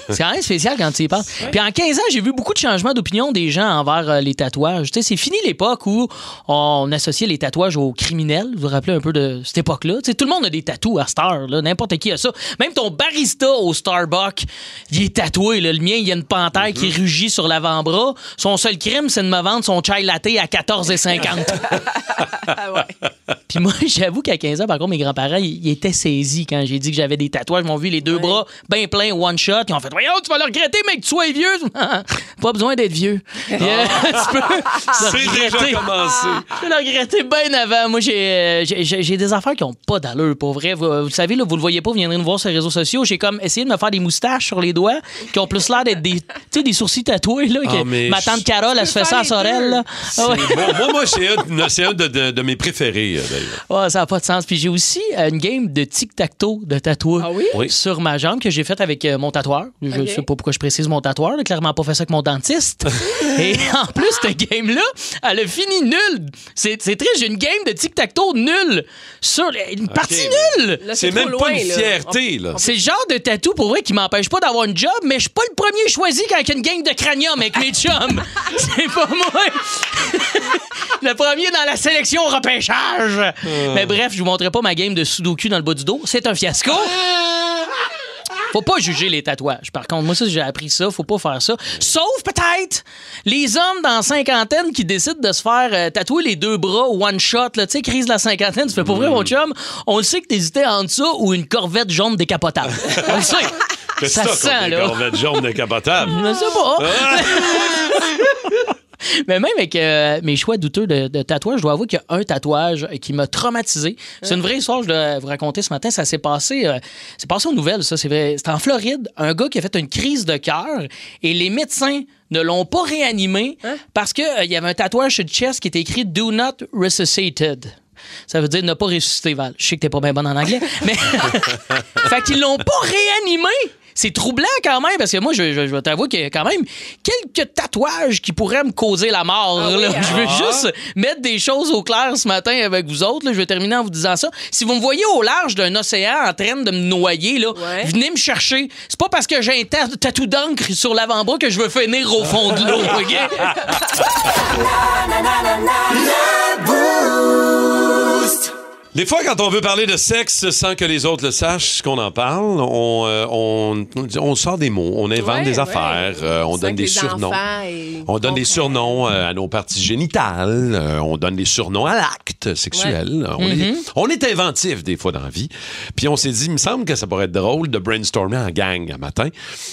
Speaker 4: C'est quand même spécial quand tu y penses. Puis en 15 ans, j'ai vu beaucoup de changements d'opinion des gens envers euh, les tatouages. Tu sais, c'est fini l'époque où on associait les tatouages aux criminels. Vous vous rappelez un peu de cette époque-là? Tu sais, tout le monde a des tatous à Star. N'importe qui a ça. Même ton barista au Starbucks, il est tatoué. là. Le mien, il y a une panthère qui rugit sur l'avant-bras. Son seul crime, c'est de me vendre son chai latte à 14,50.
Speaker 5: Ah, ouais.
Speaker 4: Puis moi, j'avoue qu'à 15 ans, par contre, mes grands-parents, ils ils étaient saisis quand j'ai dit que j'avais des tatouages. Ils m'ont vu les deux bras bien pleins, one shot. Ils ont fait Voyons, tu vas le regretter, mec, que tu sois vieux. Pas besoin d'être vieux. Yeah, tu peux le
Speaker 5: Ah.
Speaker 3: C'est déjà
Speaker 4: regretter.
Speaker 3: commencé.
Speaker 4: Je peux le regretter bien avant. Moi, j'ai, euh, j'ai, j'ai- j'ai des affaires qui n'ont pas d'allure, pour vrai. Vous, vous le savez, là, vous le voyez pas, vous viendrez nous voir sur les réseaux sociaux. J'ai comme essayé de me faire des moustaches sur les doigts qui ont plus l'air d'être des, tu sais, des sourcils tatoués. Là, que
Speaker 3: Ah, mais
Speaker 4: ma tante Carole, elle se fait
Speaker 5: faire
Speaker 4: ça à
Speaker 5: les
Speaker 4: Sorel.
Speaker 5: deux.
Speaker 4: là. Ah ouais.
Speaker 3: C'est bon. Moi, moi c'est un, c'est un de, de- de mes préférés, euh, d'ailleurs.
Speaker 4: Ouais, ça n'a pas de sens. Puis j'ai aussi euh, une game de tic-tac-toe de tatouage
Speaker 5: Ah oui?
Speaker 3: Oui.
Speaker 4: sur ma jambe que j'ai faite avec euh, mon tatoueur. Je ne
Speaker 5: Ok.
Speaker 4: sais pas pourquoi je précise mon tatoueur. J'ai clairement pas fait ça avec mon dentiste. Et en plus, cette game-là, elle a fini nulle. C'est c'est triste, j'ai une game de tic-tac-toe nulle. Sur une partie nulle.
Speaker 5: Là,
Speaker 3: C'est même
Speaker 5: trop
Speaker 3: pas
Speaker 5: loin,
Speaker 3: une
Speaker 5: là.
Speaker 3: fierté, là.
Speaker 4: C'est le genre de tatou pour vrai qui m'empêche pas d'avoir une job, mais je suis pas le premier choisi quand il y a une gang de cranium avec mes chums. C'est pas moi. le premier dans la sélection au repêchage. Mais bref, je vous montrerai pas ma game de sudoku dans le bas du dos. C'est un fiasco. Faut pas juger les tatouages. Par contre, moi, ça, j'ai appris ça. Faut pas faire ça. Sauf peut-être les hommes dans la cinquantaine qui décident de se faire euh, tatouer les deux bras one shot. là. Tu sais, crise de la cinquantaine, tu fais pas vrai, mon chum. On le sait que t'hésitais entre ça ou une corvette jaune décapotable. On le sait.
Speaker 3: C'est
Speaker 4: ça
Speaker 3: qu'on
Speaker 4: sent,
Speaker 3: est
Speaker 4: là.
Speaker 3: corvette jaune décapotable.
Speaker 4: Je sais pas. Mais même avec euh, mes choix douteux de, de tatouage, je dois avouer qu'il y a un tatouage qui m'a traumatisé. C'est une vraie histoire que je dois vous raconter ce matin. Ça s'est passé, euh, c'est passé aux nouvelles, ça, c'est vrai. C'était en Floride, un gars qui a fait une crise de cœur et les médecins ne l'ont pas réanimé parce qu'il y avait un tatouage sur le chest qui était écrit Do not resuscitated. Ça veut dire ne pas ressusciter, Val. Je sais que t'es pas bien bonne en anglais, mais. fait qu'ils l'ont pas réanimé! C'est troublant quand même, parce que moi, je, je, je vais t'avouer qu'il y a quand même quelques tatouages qui pourraient me causer la mort. là. Je veux juste mettre des choses au clair ce matin avec vous autres. là. Je vais terminer en vous disant ça. Si vous me voyez au large d'un océan en train de me noyer, là,
Speaker 5: Ouais.
Speaker 4: venez me chercher. C'est pas parce que j'ai un ta- tatou d'encre sur l'avant-bras que je veux finir au fond de l'eau, OK?
Speaker 3: Des fois, quand on veut parler de sexe sans que les autres le sachent qu'on en parle, on, euh, on, on sort des mots, on invente
Speaker 5: Ouais,
Speaker 3: des
Speaker 5: ouais.
Speaker 3: affaires, euh, on
Speaker 5: C'est vrai
Speaker 3: donne
Speaker 5: que
Speaker 3: des
Speaker 5: les
Speaker 3: surnoms.
Speaker 5: enfants, ils
Speaker 3: On donne des
Speaker 5: comprennent.
Speaker 3: surnoms euh, à nos parties génitales, euh, on donne des surnoms à l'acte sexuel. On, est, on est inventif des fois dans la vie. Puis on s'est dit, il me semble que ça pourrait être drôle de brainstormer en gang un matin.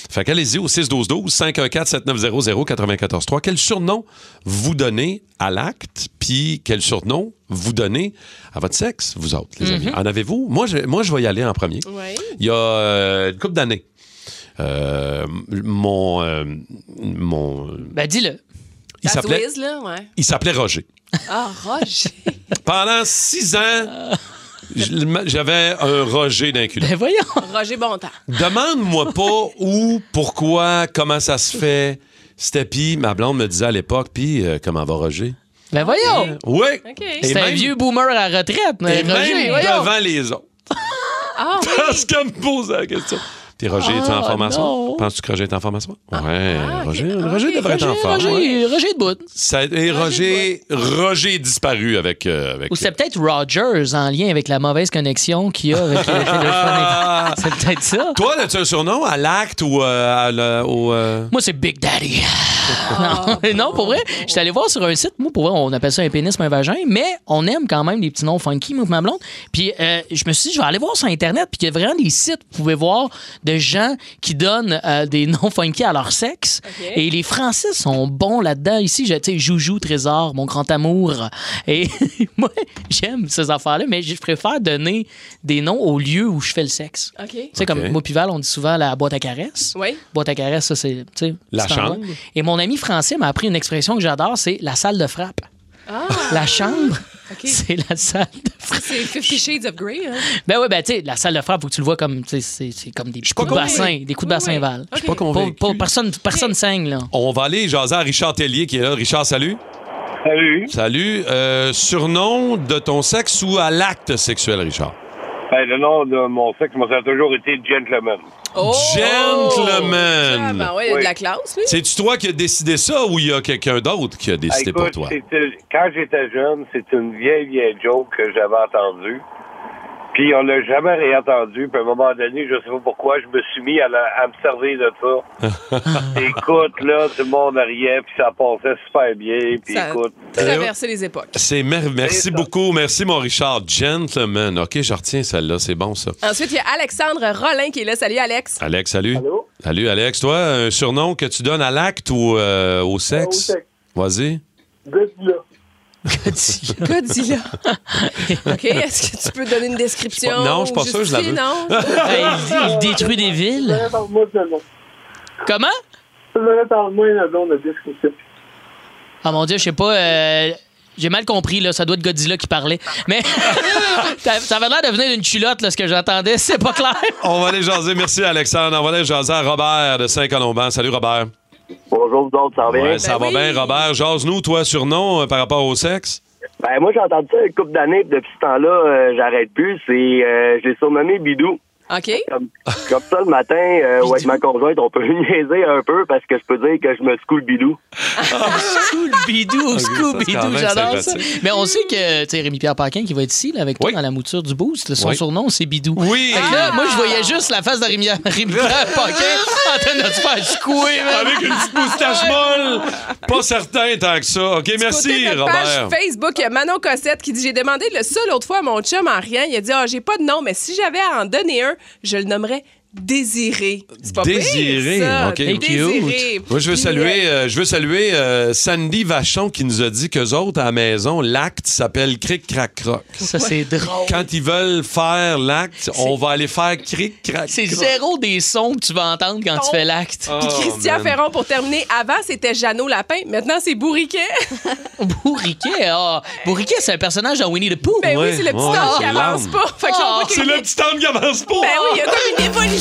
Speaker 3: Fait qu'allez-y au 612-12-514-7900-943. Quel surnom vous donnez à l'acte, puis quel surnom vous donnez à votre sexe, vous autres, les amis? En avez-vous? Moi je, moi, je vais y aller en premier.
Speaker 5: Ouais.
Speaker 3: Il y a euh, une couple d'années. euh, mon, euh, mon
Speaker 4: Ben, dis-le.
Speaker 3: il
Speaker 5: La
Speaker 3: s'appelait,
Speaker 5: Twiz, là, ouais.
Speaker 3: il s'appelait Roger.
Speaker 5: Ah, Roger.
Speaker 3: Pendant six ans, je- j'avais un Roger d'un cul.
Speaker 4: Ben, voyons.
Speaker 5: Roger Bontemps.
Speaker 3: Demande-moi pas où, pourquoi, comment ça se fait. C'était puis ma blonde me disait à l'époque, puis euh, comment va Roger?
Speaker 4: Ben, voyons.
Speaker 3: Oui!
Speaker 5: OK.
Speaker 3: Et
Speaker 4: C'est un
Speaker 3: même-
Speaker 4: vieux boomer à la retraite, mais
Speaker 3: et
Speaker 4: Roger,
Speaker 3: même
Speaker 4: voyons.
Speaker 3: devant les autres.
Speaker 5: Ah, oui.
Speaker 3: Parce qu'elle me posait la question. Puis Roger est en
Speaker 4: Ah,
Speaker 3: formation?
Speaker 4: non.
Speaker 3: Penses-tu que Roger est en formation? Ouais,
Speaker 5: ah, ok.
Speaker 3: Roger,
Speaker 5: Ah,
Speaker 3: Roger
Speaker 5: ok.
Speaker 3: devrait être en
Speaker 4: Roger,
Speaker 3: formation.
Speaker 4: Roger, Roger de bout.
Speaker 3: Ça- et Roger, Roger est disparu avec. euh, avec
Speaker 4: Ou c'est peut-être Rogers en lien avec la mauvaise connexion qu'il y a avec le téléphone. C'est peut-être ça.
Speaker 3: Toi, as-tu un surnom à l'acte ou euh, à la- au. euh,
Speaker 4: Moi, c'est Big Daddy. non, mais non, pour vrai, j'étais allé voir sur un site, moi, pour vrai, on appelle ça un pénis, mais un vagin, mais on aime quand même les petits noms funky, moi, et ma blonde. Puis euh, je me suis dit, je vais aller voir sur Internet, puis qu'il y a vraiment des sites, vous pouvez voir, de gens qui donnent euh, des noms funky à leur sexe. Et les Français sont bons là-dedans. Ici, j'ai, tu sais, Joujou, Trésor, Mon Grand Amour. Et moi, j'aime ces affaires-là, mais je préfère donner des noms au lieu où je fais le sexe.
Speaker 5: OK.
Speaker 4: Tu sais, comme
Speaker 3: Ok.
Speaker 4: moi, Pival, on dit souvent la boîte à caresses.
Speaker 5: Oui.
Speaker 4: Boîte à caresses, ça, c'est. tu sais,
Speaker 3: La
Speaker 4: c'est en
Speaker 3: chambre.
Speaker 4: boîte. Et mon ami français m'a appris une expression que j'adore c'est la salle de frappe. La chambre, c'est la salle de frappe.
Speaker 5: C'est Fifty Shades of Grey. Hein?
Speaker 4: Ben ouais, ben tu sais, la salle de frappe, faut que tu le vois comme. tu sais, C'est c'est comme des coups de
Speaker 3: convaincu.
Speaker 4: bassin. Des coups de bassin val.
Speaker 3: Je suis pas convaincu.
Speaker 4: Pas- pas- personne personne saigne, là.
Speaker 3: On va aller jaser à Richard Tellier qui est là. Richard, salut. Salut. Salut. Euh, surnom de ton sexe ou à l'acte sexuel, Richard?
Speaker 10: Ben, le nom de mon sexe, moi, ça a toujours été Gentleman.
Speaker 5: Oh! Ah,
Speaker 3: Gentleman.
Speaker 5: ben ouais, il y a de
Speaker 10: Oui.
Speaker 5: la classe, lui.
Speaker 3: C'est-tu toi qui as décidé ça ou il y a quelqu'un d'autre qui a décidé pour
Speaker 10: Écoute,
Speaker 3: toi?
Speaker 10: c'était- quand j'étais jeune, c'est une vieille, vieille joke que j'avais entendue. Puis on l'a jamais réentendue. Puis à un moment donné, je sais pas pourquoi, je me suis mis à, la- à me servir de ça. écoute, là, tout le monde riait, puis ça passait super bien. Puis
Speaker 5: Ça-
Speaker 10: écoute,
Speaker 5: Traverser les époques.
Speaker 3: C'est mer-
Speaker 10: C'est
Speaker 3: merci
Speaker 10: ça.
Speaker 3: beaucoup. Merci, mon Richard. Gentleman. OK, je retiens celle-là. C'est bon, ça.
Speaker 5: Ensuite, il y a Alexandre Rollin qui est là. Salut, Alex.
Speaker 3: Alex, salut.
Speaker 10: Allô?
Speaker 3: Salut, Alex. Toi, un surnom que tu donnes à l'acte ou euh, au sexe?
Speaker 10: sexe.
Speaker 3: Vas-y.
Speaker 5: Godzilla. OK, est-ce que tu peux donner une
Speaker 3: Je
Speaker 5: description?
Speaker 3: suis pas- non, je suis pas sûr que je la
Speaker 5: justifier,
Speaker 3: veux.
Speaker 5: Non?
Speaker 4: Ben, il, dit, il détruit des villes. Comment? Ah mon Dieu, je sais pas. euh, J'ai mal compris, là. Ça doit être Godzilla qui parlait. Mais ça ça avait l'air de venir d'une culotte, là, ce que j'entendais. C'est pas clair.
Speaker 3: On va aller jaser. Merci, Alexandre. On va aller jaser à Robert de Saint-Colomban. Salut, Robert.
Speaker 10: bonjour, vous autres, ça
Speaker 3: Ouais, ça va
Speaker 5: Ben oui.
Speaker 3: bien, Robert. Jase-nous, toi, surnom euh, par rapport au sexe.
Speaker 10: Ben, moi, j'ai entendu ça une couple d'années, puis depuis ce temps-là, euh, j'arrête plus. Et je l'ai surnommé Bidou.
Speaker 5: OK.
Speaker 10: comme, comme ça, le matin, euh, ouais, avec ma conjointe, on peut niaiser un peu parce que je peux dire que je me secoue le bidou.
Speaker 4: Scooby-Doo,
Speaker 3: ça, c'est quand
Speaker 4: Scooby-Doo,
Speaker 3: même
Speaker 4: j'adore ça.
Speaker 3: sympathique.
Speaker 4: Mais on sait que, tu sais, Rémi-Pierre Paquin qui va être ici, là, avec toi,
Speaker 3: Oui.
Speaker 4: dans la mouture du boost. Son
Speaker 3: Oui.
Speaker 4: surnom, c'est Bidou.
Speaker 3: Oui. Ah!
Speaker 4: Fait que là, moi, je voyais juste la face de Rémi- Rémi-Pierre Paquin en train de se faire secouer, man.
Speaker 3: Avec une petite moustache molle. Pas certain tant que ça. OK, merci,
Speaker 5: Côté de notre
Speaker 3: Robert.
Speaker 5: page Facebook, il y a Manon Cossette qui dit J'ai demandé le seul autre fois à mon chum en rien. Il a dit Ah, j'ai pas de nom, mais si j'avais à en donner un, je le nommerais Désiré. C'est pas
Speaker 3: Désiré.
Speaker 5: pire, ça.
Speaker 3: OK.
Speaker 5: Désiré.
Speaker 3: Moi, je veux
Speaker 5: Puis,
Speaker 3: saluer, euh, je veux saluer euh, Sandy Vachon qui nous a dit qu'eux autres, à la maison, l'acte s'appelle Cric Crac Croc.
Speaker 4: Ça, c'est drôle.
Speaker 3: Quand ils veulent faire l'acte, on va aller faire Cric Crac
Speaker 4: C'est
Speaker 3: Croc.
Speaker 4: zéro des sons que tu vas entendre quand tu fais l'acte.
Speaker 3: Oh,
Speaker 5: Puis Christian
Speaker 3: man.
Speaker 5: Ferron, pour terminer, avant, c'était Jeannot Lapin. Maintenant, c'est Bourriquet.
Speaker 4: Bourriquet, ah. Bourriquet, c'est un personnage dans Winnie the Pooh.
Speaker 5: Ben
Speaker 3: Ouais,
Speaker 5: oui, c'est le petit
Speaker 3: ouais,
Speaker 5: ange
Speaker 3: c'est
Speaker 5: qui avance
Speaker 3: l'âme.
Speaker 5: pas. Fait que j'en vois qu'il-
Speaker 3: Oh, C'est le petit homme qui avance pas.
Speaker 5: Ben oui, il y a comme une évolution,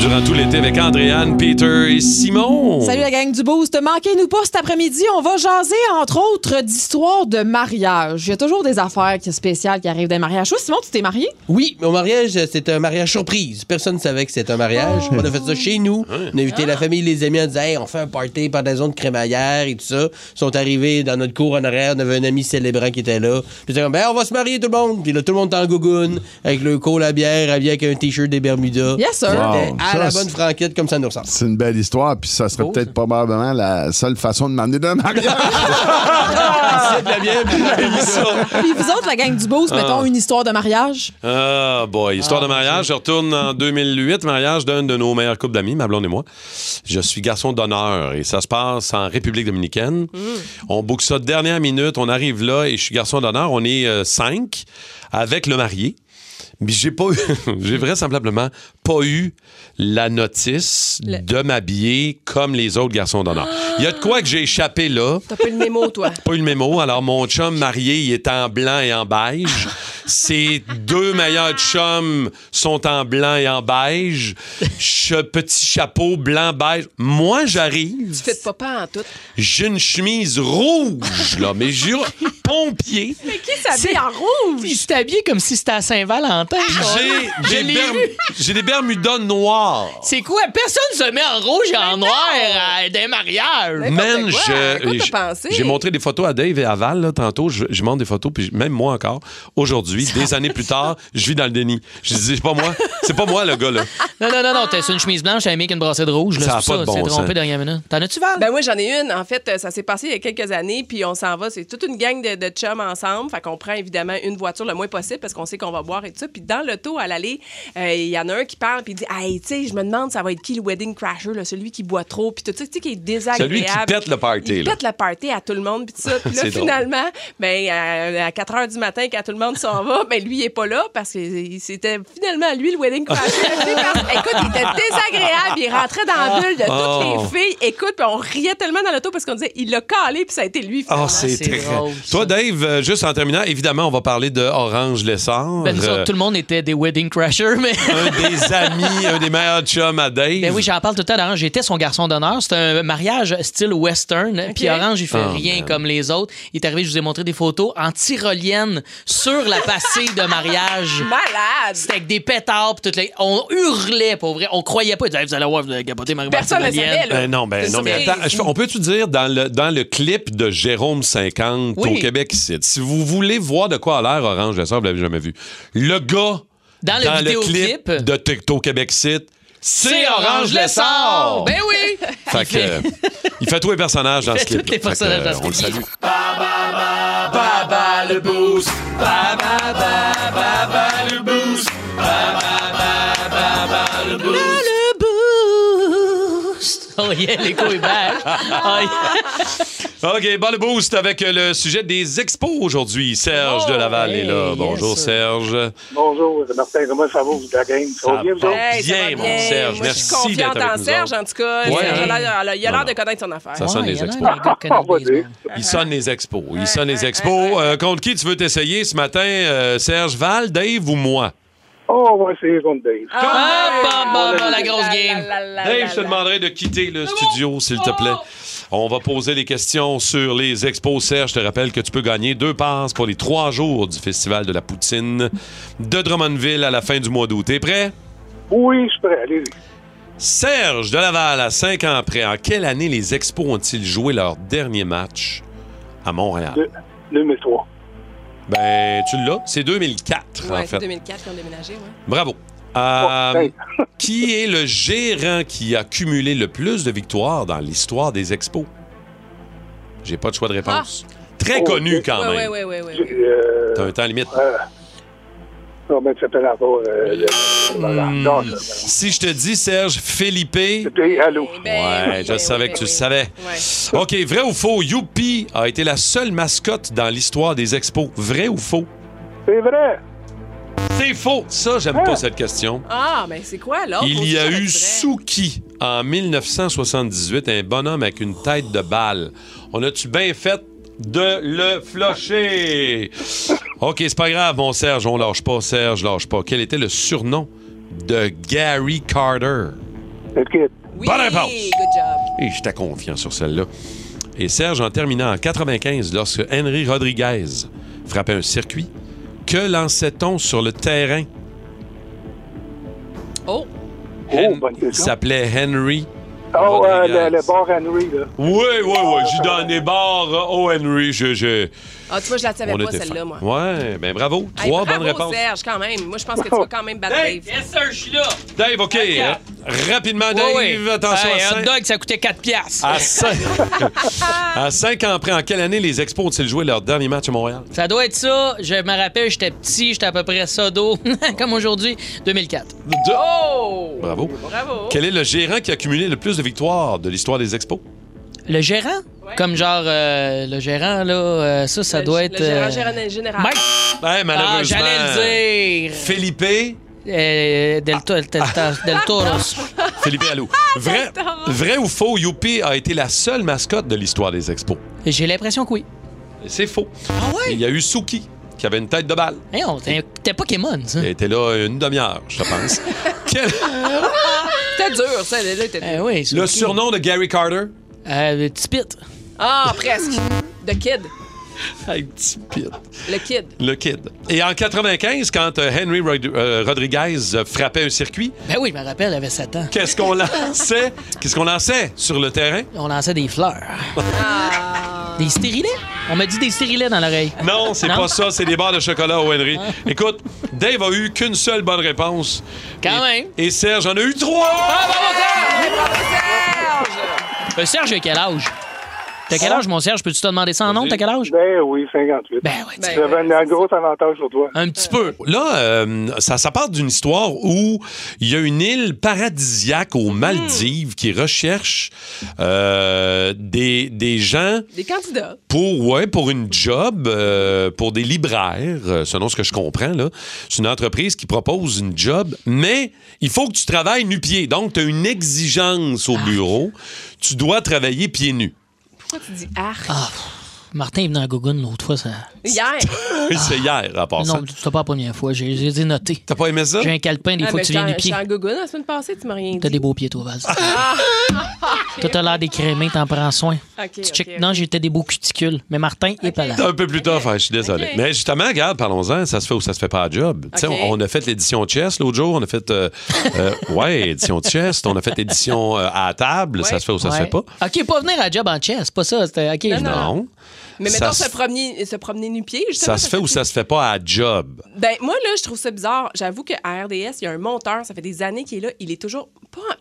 Speaker 3: Durant tout l'été avec Andréane, Peter et Simon.
Speaker 11: Salut la gang du Boost. Manquez-nous pas cet après-midi. On va jaser, entre autres, d'histoires de mariage. Il y a toujours des affaires qui- spéciales qui arrivent des mariages. Toi, Simon, tu t'es marié?
Speaker 12: Oui, mon mariage, euh, c'était un mariage surprise. Personne ne savait que c'était un mariage. On a fait ça chez nous. On a invité la famille, les amis, on disait, hey, on fait un party pendaison de crémaillère et tout ça. Ils sont arrivés dans notre cour en arrière. On avait un ami célébrant qui était là. Puis c'était comme, ben, on va se marier tout le monde. Puis là, tout le monde était en gougoune, avec le col à bière, habillé avec un t-shirt des Bermudas.
Speaker 11: Yes, sir.
Speaker 12: C'était
Speaker 11: Wow.
Speaker 12: à
Speaker 11: Ça,
Speaker 12: la
Speaker 11: c'est-
Speaker 12: bonne franquette, comme ça nous ressemble.
Speaker 13: C'est une belle histoire, puis ça
Speaker 3: Oh,
Speaker 13: serait peut-être probablement la seule façon de m'amener d'un mariage.
Speaker 12: C'est de la bière, puis des Bermudas.
Speaker 11: Ah. Puis vous autres, la gang du Boost,
Speaker 3: Ah.
Speaker 11: mettons une histoire de mariage.
Speaker 3: Ah, boy. Histoire de mariage. Je retourne en 2008, mariage d'un de nos meilleurs couples d'amis, ma blonde et moi. Je suis garçon d'honneur et ça se passe en République dominicaine. On boucle ça de dernière minute. On arrive là et je suis garçon d'honneur. On est euh, cinq avec le marié. Mais j'ai pas eu, j'ai vraisemblablement pas eu la notice de m'habiller comme les autres garçons d'honneur. Il y a de quoi que j'ai échappé là.
Speaker 5: T'as pas eu le mémo, toi.
Speaker 3: Pas eu le mémo. Alors, mon chum marié, il est en blanc et en beige. Ses deux meilleurs chums sont en blanc et en beige. Che- petit chapeau blanc, beige. Moi, j'arrive.
Speaker 5: Tu fais de papa en tout.
Speaker 3: J'ai une chemise rouge, là, mais j'ai pompier.
Speaker 5: Mais qui s'habille en rouge?
Speaker 4: Il s'est habillé comme si c'était à Saint-Valentin.
Speaker 5: Ah.
Speaker 3: J'ai-
Speaker 4: Je
Speaker 3: J'ai
Speaker 4: l'ai
Speaker 3: Berm-
Speaker 4: vu.
Speaker 3: j'ai des Bermudas noirs.
Speaker 4: C'est quoi? Personne se met en rouge et en noir à des mariages.
Speaker 3: Man, je-
Speaker 4: Ben, quoi t'as
Speaker 3: je-
Speaker 4: pensé?
Speaker 3: j'ai montré des photos à Dave et à Val là, tantôt. Je, je montre des photos, puis je- même moi encore, aujourd'hui, des années plus tard, je vis dans le déni. Je dis, c'est pas moi, c'est pas moi le gars là.
Speaker 4: Non, non, non, non, t'as une chemise blanche, t'as mis une brassée de rouge. Là,
Speaker 3: Ça a
Speaker 4: c'est
Speaker 3: pas de
Speaker 4: pour
Speaker 3: bon
Speaker 4: ça, t'es
Speaker 3: sens.
Speaker 4: trompé dernière minute. T'en as-tu, Val?
Speaker 5: Ben moi, j'en ai une. En fait, euh, ça s'est passé il y a quelques années, puis on s'en va. C'est toute une gang de, de chums ensemble. Fait qu'on prend évidemment une voiture le moins possible parce qu'on sait qu'on va boire et tout ça. Puis dans l'auto, à l'aller, euh, il y en a un qui parle, puis il dit Hey, tu sais, je me demande, ça va être qui le wedding crasher, là, celui qui boit trop, puis tout ça, tu sais, qui est désagréable.
Speaker 3: Celui qui pète le party.
Speaker 5: Il
Speaker 3: Là.
Speaker 5: pète la party à tout le monde, puis tout ça. Puis là,
Speaker 3: C'est drôle.
Speaker 5: finalement, ben, à, à 4 h du matin, quand tout le monde s'en va, ben, lui, il est pas là parce que il- c'était finalement lui le wedding crasher. Tu sais, parce- Écoute, il était désagréable. Il rentrait dans la bulle de
Speaker 3: Oh.
Speaker 5: toutes les filles. Écoute, puis on riait tellement dans l'auto parce qu'on disait, il l'a calé, puis ça a été lui.
Speaker 3: Ah, c'est
Speaker 5: finalement.
Speaker 3: très. Toi, Dave, euh, juste en terminant, évidemment, on va parler de Orange Lessard.
Speaker 4: Ben, nous autres,
Speaker 3: Euh,
Speaker 4: tout le monde était des wedding crashers, mais.
Speaker 3: un des amis, un des meilleurs chums à Dave.
Speaker 4: Ben oui, j'en parle tout le temps d'Orange. J'étais son garçon d'honneur. C'était un mariage style western. Puis Orange, il fait
Speaker 3: Oh,
Speaker 4: rien
Speaker 3: man.
Speaker 4: comme les autres. Il est arrivé, je vous ai montré des photos en tyrolienne sur la passée de mariage.
Speaker 5: Malade!
Speaker 4: C'était avec des pétards. Pis tout le- On hurlait, pour vrai. On croyait pas. Il disait, Hey, vous allez voir, vous allez capoter marie
Speaker 5: Personne ne savait, là.
Speaker 3: Ben non, ben
Speaker 5: C'est
Speaker 3: non, mais
Speaker 5: surprise.
Speaker 3: attends, je- on peut-tu dire dans le, dans le clip de Jérôme 50
Speaker 4: Oui.
Speaker 3: au Québec ici, si vous voulez voir de quoi a l'air Orange Lessard, vous l'avez jamais vu. Le gars
Speaker 4: Dans le vidéoclip.
Speaker 3: clip de TikTok Québec City, c'est Orange Lessard!
Speaker 4: Lessard! Ben oui!
Speaker 3: Fait que, euh, il fait tous les personnages dans
Speaker 4: Il
Speaker 3: ce
Speaker 4: fait
Speaker 3: clip.
Speaker 4: tous les personnages dans ce
Speaker 3: On le salue.
Speaker 14: Baba le boost. Baba, baba, baba le boost. Baba, baba, baba le boost.
Speaker 4: Le boost! Oh yeah, l'écho est back.
Speaker 5: Ah.
Speaker 4: Oh yeah.
Speaker 3: OK, bon le boost avec le sujet des expos aujourd'hui. Serge
Speaker 5: Oh,
Speaker 3: de Laval est là. Bonjour Serge.
Speaker 15: Bonjour, c'est Martin. Comment ça va, vous, la gang? Ça va bien, vous autres?
Speaker 5: Hey, ça va
Speaker 3: Bien, mon Serge,
Speaker 5: Moi, je suis
Speaker 3: merci
Speaker 5: confiante
Speaker 3: d'être
Speaker 5: en
Speaker 3: avec nous
Speaker 5: Serge,
Speaker 3: autres.
Speaker 5: en tout cas.
Speaker 3: Ouais.
Speaker 5: Serge, il a l'air- il a
Speaker 3: Non, non.
Speaker 5: l'air de connaître son affaire.
Speaker 3: Ça sonne les expos. Il sonne les expos. Il sonne les expos. Euh, contre qui tu veux t'essayer ce matin, euh, Serge Val, Dave ou moi?
Speaker 16: Ah,
Speaker 15: Oh, on va essayer contre Dave.
Speaker 4: Ah, bah, bah, bah, la grosse game.
Speaker 3: Dave, je te demanderai de quitter le studio, s'il te
Speaker 5: Oh!
Speaker 3: plaît. On va poser des questions sur les expos. Serge, je te rappelle que tu peux gagner deux passes pour les trois jours du Festival de la Poutine de Drummondville à la fin du mois d'août. T'es prêt?
Speaker 15: Oui, je suis prêt. Allez,
Speaker 3: Serge de Laval, à cinq ans près, en quelle année les expos ont-ils joué leur dernier match à Montréal?
Speaker 15: 2003.
Speaker 3: Ben, tu l'as. C'est 2004,
Speaker 5: Ouais,
Speaker 3: en
Speaker 5: c'est
Speaker 3: fait.
Speaker 5: 2004 qu'on ont déménagé, ouais.
Speaker 3: Bravo. Euh, qui est le gérant qui a cumulé le plus de victoires dans l'histoire des expos? J'ai pas de choix de réponse. Très connu quand
Speaker 5: Ah! Ouais,
Speaker 3: même.
Speaker 5: ouais, ouais, ouais, ouais.
Speaker 15: Euh,
Speaker 3: T'as un temps limite.
Speaker 15: non, mais ça fait encore. euh,
Speaker 3: Hmm.
Speaker 15: le-
Speaker 16: ben,
Speaker 15: voilà. Non, ça-
Speaker 3: Si je te dis, Serge, Philippe.
Speaker 5: Eh ben,
Speaker 3: ouais, je savais que tu le savais. OK, vrai ou faux, Youpi a été la seule mascotte dans l'histoire des expos. Vrai ou faux?
Speaker 15: C'est vrai.
Speaker 3: C'est faux. Ça, j'aime pas cette question.
Speaker 5: Ah, mais c'est quoi, là?
Speaker 3: Il y a eu Suki en 1978, un bonhomme avec une tête de balle. On a-tu bien fait de le flusher? OK, c'est pas grave, mon Serge, on lâche pas. Serge, lâche pas. Quel était le surnom de Gary Carter?
Speaker 16: Oh,
Speaker 3: Bonne réponse! Et j'étais confiant sur celle-là. Et Serge, en terminant en 95, lorsque Henry Rodriguez frappait un circuit, que lançait-on sur le terrain?
Speaker 5: Oh!
Speaker 3: Hen- Il s'appelait Henry.
Speaker 15: Oh, euh,
Speaker 3: Rodriguez.
Speaker 15: le, le bar Henry, là.
Speaker 3: Oui, oui, oui. J'ai dans des bars. euh, Oh, Henry, je. je...
Speaker 5: Ah, tu vois, Ah, je la savais
Speaker 3: on
Speaker 5: pas,
Speaker 3: était
Speaker 5: celle-là,
Speaker 3: fin.
Speaker 5: moi.
Speaker 3: Ouais, ben bravo.
Speaker 5: Hey,
Speaker 3: Trois
Speaker 5: bravo,
Speaker 3: bonnes réponses.
Speaker 5: Serge, quand même. Moi, je pense que tu vas quand même battre Dave. Yes, sir, je suis là.
Speaker 3: Dave, OK. euh, Rapidement, Dave. Attention
Speaker 4: Hey,
Speaker 3: à
Speaker 4: hot
Speaker 3: cinq-
Speaker 4: dog, ça coûtait 4 piastres.
Speaker 3: À cinq... à cinq ans après, en quelle année les Expos ont-ils joué leur dernier match à Montréal?
Speaker 4: Ça doit être ça. Je me rappelle, j'étais petit, j'étais à peu près ça d'eau, comme aujourd'hui, 2004.
Speaker 5: Oh!
Speaker 3: Bravo.
Speaker 5: Bravo.
Speaker 3: Quel est le gérant qui a cumulé le plus de victoires de l'histoire des Expos?
Speaker 4: Le gérant? Comme genre, euh, le gérant, là, euh, ça, ça doit être...
Speaker 5: Le gérant
Speaker 4: euh,
Speaker 5: général- général.
Speaker 4: Mike!
Speaker 3: Ben,
Speaker 4: Ah,
Speaker 3: malheureusement.
Speaker 4: j'allais le dire.
Speaker 3: Philippe.
Speaker 4: Euh, del, To- Del To- Del Toro.
Speaker 3: Philippe Allou. Vrai, vrai ou faux, Youpi a été la seule mascotte de l'histoire des Expos?
Speaker 4: J'ai l'impression que oui.
Speaker 3: C'est faux. Il y a eu Suki, qui avait une tête de balle.
Speaker 4: Hey, on- t'es t'es Pokémon, ça.
Speaker 3: Il était là une demi-heure, je pense.
Speaker 5: C'était dur, ça. Là, était dur.
Speaker 3: le surnom de Gary Carter?
Speaker 4: Euh, Petit Pit.
Speaker 5: Ah, presque. The Kid.
Speaker 3: Hey, petit pit.
Speaker 5: Le Kid.
Speaker 3: Le kid. Et en 95, quand euh, Henry Rod- euh, Rodriguez euh, frappait un circuit,
Speaker 4: Ben oui, je me rappelle, il avait 7 ans.
Speaker 3: qu'est-ce qu'on lançait? Qu'est-ce qu'on lançait sur le terrain?
Speaker 4: On lançait des fleurs.
Speaker 5: Ah.
Speaker 4: Des stérilets? On m'a dit des stérilets dans l'oreille.
Speaker 3: Non, c'est
Speaker 4: Non?
Speaker 3: pas ça, c'est des barres de chocolat au Henry. Écoute, Dave a eu qu'une seule bonne réponse.
Speaker 4: Quand
Speaker 3: et, même. Et Serge en a eu trois!
Speaker 4: Euh, Serge, à quel âge? T'as quel âge, mon Serge? Peux-tu te demander ça en nom? T'as quel âge?
Speaker 15: Ben oui, 58.
Speaker 4: Ben oui,
Speaker 15: J'avais un, un gros avantage sur toi.
Speaker 4: Un petit peu.
Speaker 3: Là, euh, ça, ça part d'une histoire où il y a une île paradisiaque aux Maldives qui recherche euh, des, des gens
Speaker 5: Des candidats.
Speaker 3: pour, ouais, pour une job, euh, pour des libraires, euh, selon ce que je comprends. là. C'est une entreprise qui propose une job, mais il faut que tu travailles nu-pied. Donc, tu as une exigence au bureau. Tu dois travailler pieds nus.
Speaker 5: Pourquoi tu dis arc?
Speaker 4: Ah. Martin est venu à Gogun l'autre fois, ça.
Speaker 5: Hier.
Speaker 3: C'est hier, à part ça.
Speaker 4: Ah. Non, c'était pas la première fois. J'ai j'ai dit noter.
Speaker 3: T'as pas aimé ça?
Speaker 4: J'ai un calepin, des
Speaker 5: Ah,
Speaker 4: fois
Speaker 5: mais
Speaker 4: tu viens
Speaker 5: j'étais
Speaker 4: des
Speaker 5: en-
Speaker 4: pieds.
Speaker 5: j'étais en gougoune la semaine passée, tu m'as rien dit.
Speaker 4: T'as des beaux pieds, toi, Vaz.
Speaker 5: Ah!
Speaker 4: Toi, t'as l'air décrémé, t'en prends soin.
Speaker 5: Ok,
Speaker 4: tu
Speaker 5: ok,
Speaker 4: check-
Speaker 5: ok.
Speaker 4: Non, j'étais des beaux cuticules, mais Martin est pas là.
Speaker 3: Un peu plus tard, hein, je suis désolé.
Speaker 4: Ok.
Speaker 3: Mais justement, regarde, parlons-en, ça se fait ou ça se fait pas à job. Tu sais,
Speaker 4: Ok.
Speaker 3: On, on a fait l'édition chess l'autre jour, on a fait. euh, euh, ouais, édition chess, on a fait édition euh, à table, ça se fait ou ça se
Speaker 4: Ouais.
Speaker 3: fait pas.
Speaker 4: OK, pas venir à job en chess, pas ça. C'était OK.
Speaker 5: Non, non.
Speaker 3: Non.
Speaker 5: Mais
Speaker 3: ça
Speaker 5: mettons
Speaker 3: se-
Speaker 5: se promener, se promener nu-pied, justement.
Speaker 3: Ça se fait ou ça se fait pas à job.
Speaker 5: Ben, moi, là, je trouve ça bizarre. J'avoue qu'à RDS, il y a un monteur, ça fait des années qu'il est là. Il est toujours pas, en-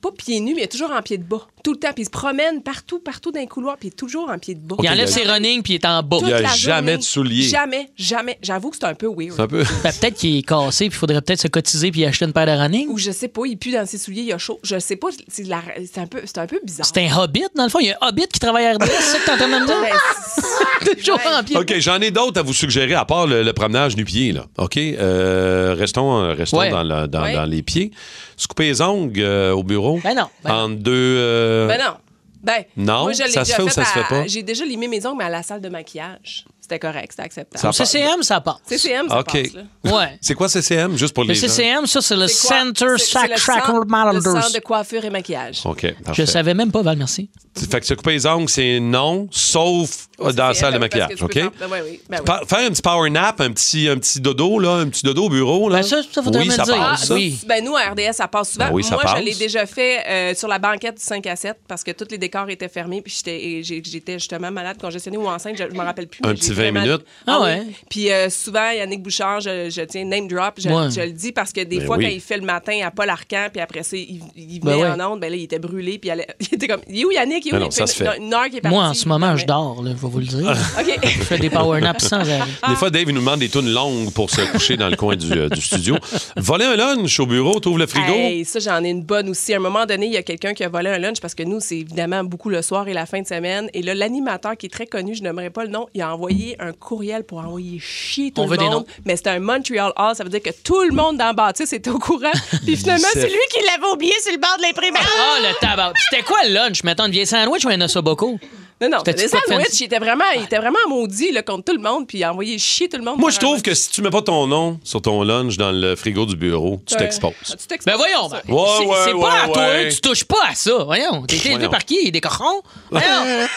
Speaker 5: pas pieds nus, mais il est toujours en pied de bas. Tout le temps. Puis il se promène partout, partout dans les couloirs, puis il est toujours en pied de bas.
Speaker 4: Il enlève ses runnings puis il est en bas.
Speaker 5: Toute
Speaker 4: Il a
Speaker 5: la
Speaker 4: jamais
Speaker 5: journée.
Speaker 4: de souliers.
Speaker 5: Jamais, jamais. J'avoue que c'est un peu weird.
Speaker 4: Ben, peut-être qu'il est cassé, puis il faudrait peut-être se cotiser puis acheter une paire de running.
Speaker 5: Ou je sais pas, il pue dans ses souliers, il a chaud. Je sais pas, c'est de la- c'est un, peu- c'est un peu bizarre.
Speaker 4: C'est un hobbit, dans le fond. Il y a un hobbit qui travaille à RDS, c'est ça que t'es en train de me dire?
Speaker 5: Ben,
Speaker 4: Toujours en pied.
Speaker 3: OK, j'en ai d'autres à vous suggérer, à part le, le promenage du pied. Là. OK, euh, restons, euh, restons
Speaker 4: Ouais.
Speaker 3: dans, la- dans-
Speaker 4: Ouais.
Speaker 3: dans les pieds. Se couper les ongles euh, au bureau.
Speaker 5: Ben non, ben
Speaker 3: entre deux. euh,
Speaker 5: Ben non. Ben,
Speaker 3: Non,
Speaker 5: moi, je l'ai
Speaker 3: ça se
Speaker 5: déjà
Speaker 3: fait ou ça
Speaker 5: à-
Speaker 3: se fait pas?
Speaker 5: J'ai déjà limé mes ongles, mais à la salle de maquillage. C'était correct, c'était acceptable.
Speaker 3: Ça Au passe.
Speaker 4: CCM, ça passe.
Speaker 5: CCM, ça
Speaker 3: OK.
Speaker 5: passe, là. Ben,
Speaker 4: Ouais.
Speaker 3: C'est quoi CCM? Juste pour
Speaker 4: Le
Speaker 3: les gens.
Speaker 4: CCM, ça, c'est le
Speaker 5: C'est quoi?
Speaker 4: Center
Speaker 5: C'est- c'est
Speaker 4: Sac
Speaker 5: le
Speaker 4: Tracker
Speaker 5: centre- Le
Speaker 4: Malanders.
Speaker 5: centre de coiffure et maquillage.
Speaker 3: OK,
Speaker 4: Je
Speaker 3: parfait.
Speaker 4: savais même pas, Val, merci.
Speaker 3: Fait que se couper les ongles, c'est non, sauf euh, dans la salle de
Speaker 5: Parce que
Speaker 3: maquillage.
Speaker 5: tu peux
Speaker 3: OK?
Speaker 5: faire- ben ouais, oui, ben oui.
Speaker 3: Pa- faire un petit power nap, un petit, un petit dodo, là, un petit dodo au bureau. Là.
Speaker 5: Ben ça,
Speaker 3: oui, ça passe. ça.
Speaker 5: Ben, nous, à RDS, ça passe souvent.
Speaker 3: Ben oui, ça
Speaker 5: Moi,
Speaker 3: passe.
Speaker 5: je l'ai déjà fait euh, sur la banquette du 5 à 7 parce que tous les décors étaient fermés. Puis j'étais- et j'ai- j'étais justement malade, congestionnée ou enceinte, je ne me rappelle plus.
Speaker 3: Un
Speaker 5: mais
Speaker 3: petit
Speaker 5: j'ai
Speaker 3: 20
Speaker 5: vraiment-
Speaker 3: minutes.
Speaker 5: Ah
Speaker 4: Ah
Speaker 5: ouais.
Speaker 4: ouais.
Speaker 5: Puis euh, souvent, Yannick Bouchard, je, je tiens name drop, je,
Speaker 4: Ouais.
Speaker 5: je le dis parce que des
Speaker 3: Ben
Speaker 5: fois,
Speaker 3: oui.
Speaker 5: quand il fait le matin à Paul Arcan, puis après ça, il, il
Speaker 4: Ben
Speaker 5: venait
Speaker 4: ouais.
Speaker 5: en onde, ben là, il était brûlé, puis il, allait- il était comme, il est où Yannick? Il est où?
Speaker 4: Ben non,
Speaker 5: Il
Speaker 4: ça
Speaker 5: fait
Speaker 4: se fait.
Speaker 5: une, une heure qu'il est parti.
Speaker 4: Moi, en ce moment, je dors, là, je vais vous le dire.
Speaker 5: OK.
Speaker 4: Je fais des power naps sans arrêt.
Speaker 3: Des fois, Dave, il nous demande des tunes longues pour se coucher dans le coin du, euh, du studio. Voler un lunch au bureau, trouve le frigo.
Speaker 5: Hey, ça, j'en ai une bonne aussi. À un moment donné, il y a quelqu'un qui a volé un lunch parce que nous, c'est évidemment beaucoup le soir et la fin de semaine. Et là, l'animateur qui est très connu, je n'aimerais pas le nom, il a envoyé un courriel pour envoyer chier tout
Speaker 4: On
Speaker 5: le
Speaker 4: veut des
Speaker 5: monde.
Speaker 4: noms.
Speaker 5: Mais c'était un Montreal Hall, ça veut dire que tout le monde dans la bâtisse était au courant. Puis finalement,
Speaker 4: Lucette.
Speaker 5: c'est lui qui l'avait oublié sur le bord de l'imprimante.
Speaker 4: Ah, le tabac. Puis C'était quoi le lunch? Mettons, une vieille sandwich ou un ossoboco?
Speaker 5: Non, non,
Speaker 4: C'était-tu
Speaker 5: les
Speaker 4: pas
Speaker 5: sandwichs,
Speaker 4: fancy?
Speaker 5: il était vraiment, il était vraiment maudit là, contre tout le monde, puis il a envoyé chier tout le monde.
Speaker 3: Moi, je trouve que si tu mets pas ton nom sur ton lunch dans le frigo du bureau, tu
Speaker 5: Ouais.
Speaker 3: t'exposes.
Speaker 5: Ah, Tu t'exposes.
Speaker 4: Ben voyons, ben.
Speaker 3: Ouais,
Speaker 4: c'est
Speaker 3: ouais,
Speaker 4: c'est
Speaker 3: ouais,
Speaker 4: pas à toi,
Speaker 3: ouais.
Speaker 4: tu touches pas à ça. Voyons, t'es été élevé
Speaker 3: Voyons.
Speaker 4: par qui? Des cochons? Voyons.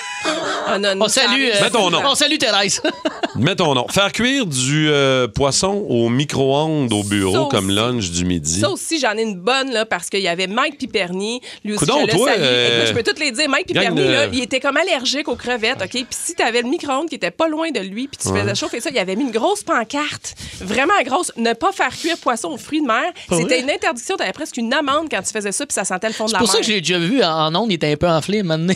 Speaker 5: Ah, non, non,
Speaker 4: on salue...
Speaker 5: ça-
Speaker 4: euh,
Speaker 3: Mets ton nom.
Speaker 4: On salue Thérèse.
Speaker 3: Mets ton nom. Faire cuire du euh, poisson au micro-ondes au bureau
Speaker 5: Ça
Speaker 3: comme lunch du midi.
Speaker 5: Ça aussi, j'en ai une bonne, là, parce qu'il y avait Mike Piperny. Lui aussi,
Speaker 3: Coudon,
Speaker 5: je le
Speaker 3: toi,
Speaker 5: salue.
Speaker 3: euh,
Speaker 5: Écoute, je peux toutes les dire. Mike
Speaker 3: gang
Speaker 5: Piperny,
Speaker 3: de-
Speaker 5: là, il était comme allergique aux crevettes, OK? Puis si t'avais le micro-ondes qui était pas loin de lui, puis tu
Speaker 3: Ouais.
Speaker 5: faisais chauffer ça, il avait mis une grosse pancarte, vraiment grosse, ne pas faire cuire poisson aux fruits de mer.
Speaker 4: Pas
Speaker 5: C'était
Speaker 4: vrai?
Speaker 5: une interdiction. T'avais presque une amende quand tu faisais ça, puis ça sentait le fond de
Speaker 4: C'est
Speaker 5: la
Speaker 4: pour
Speaker 5: mer.
Speaker 4: ça que je l'ai déjà vu en en ondes, il était un peu enflé maintenant.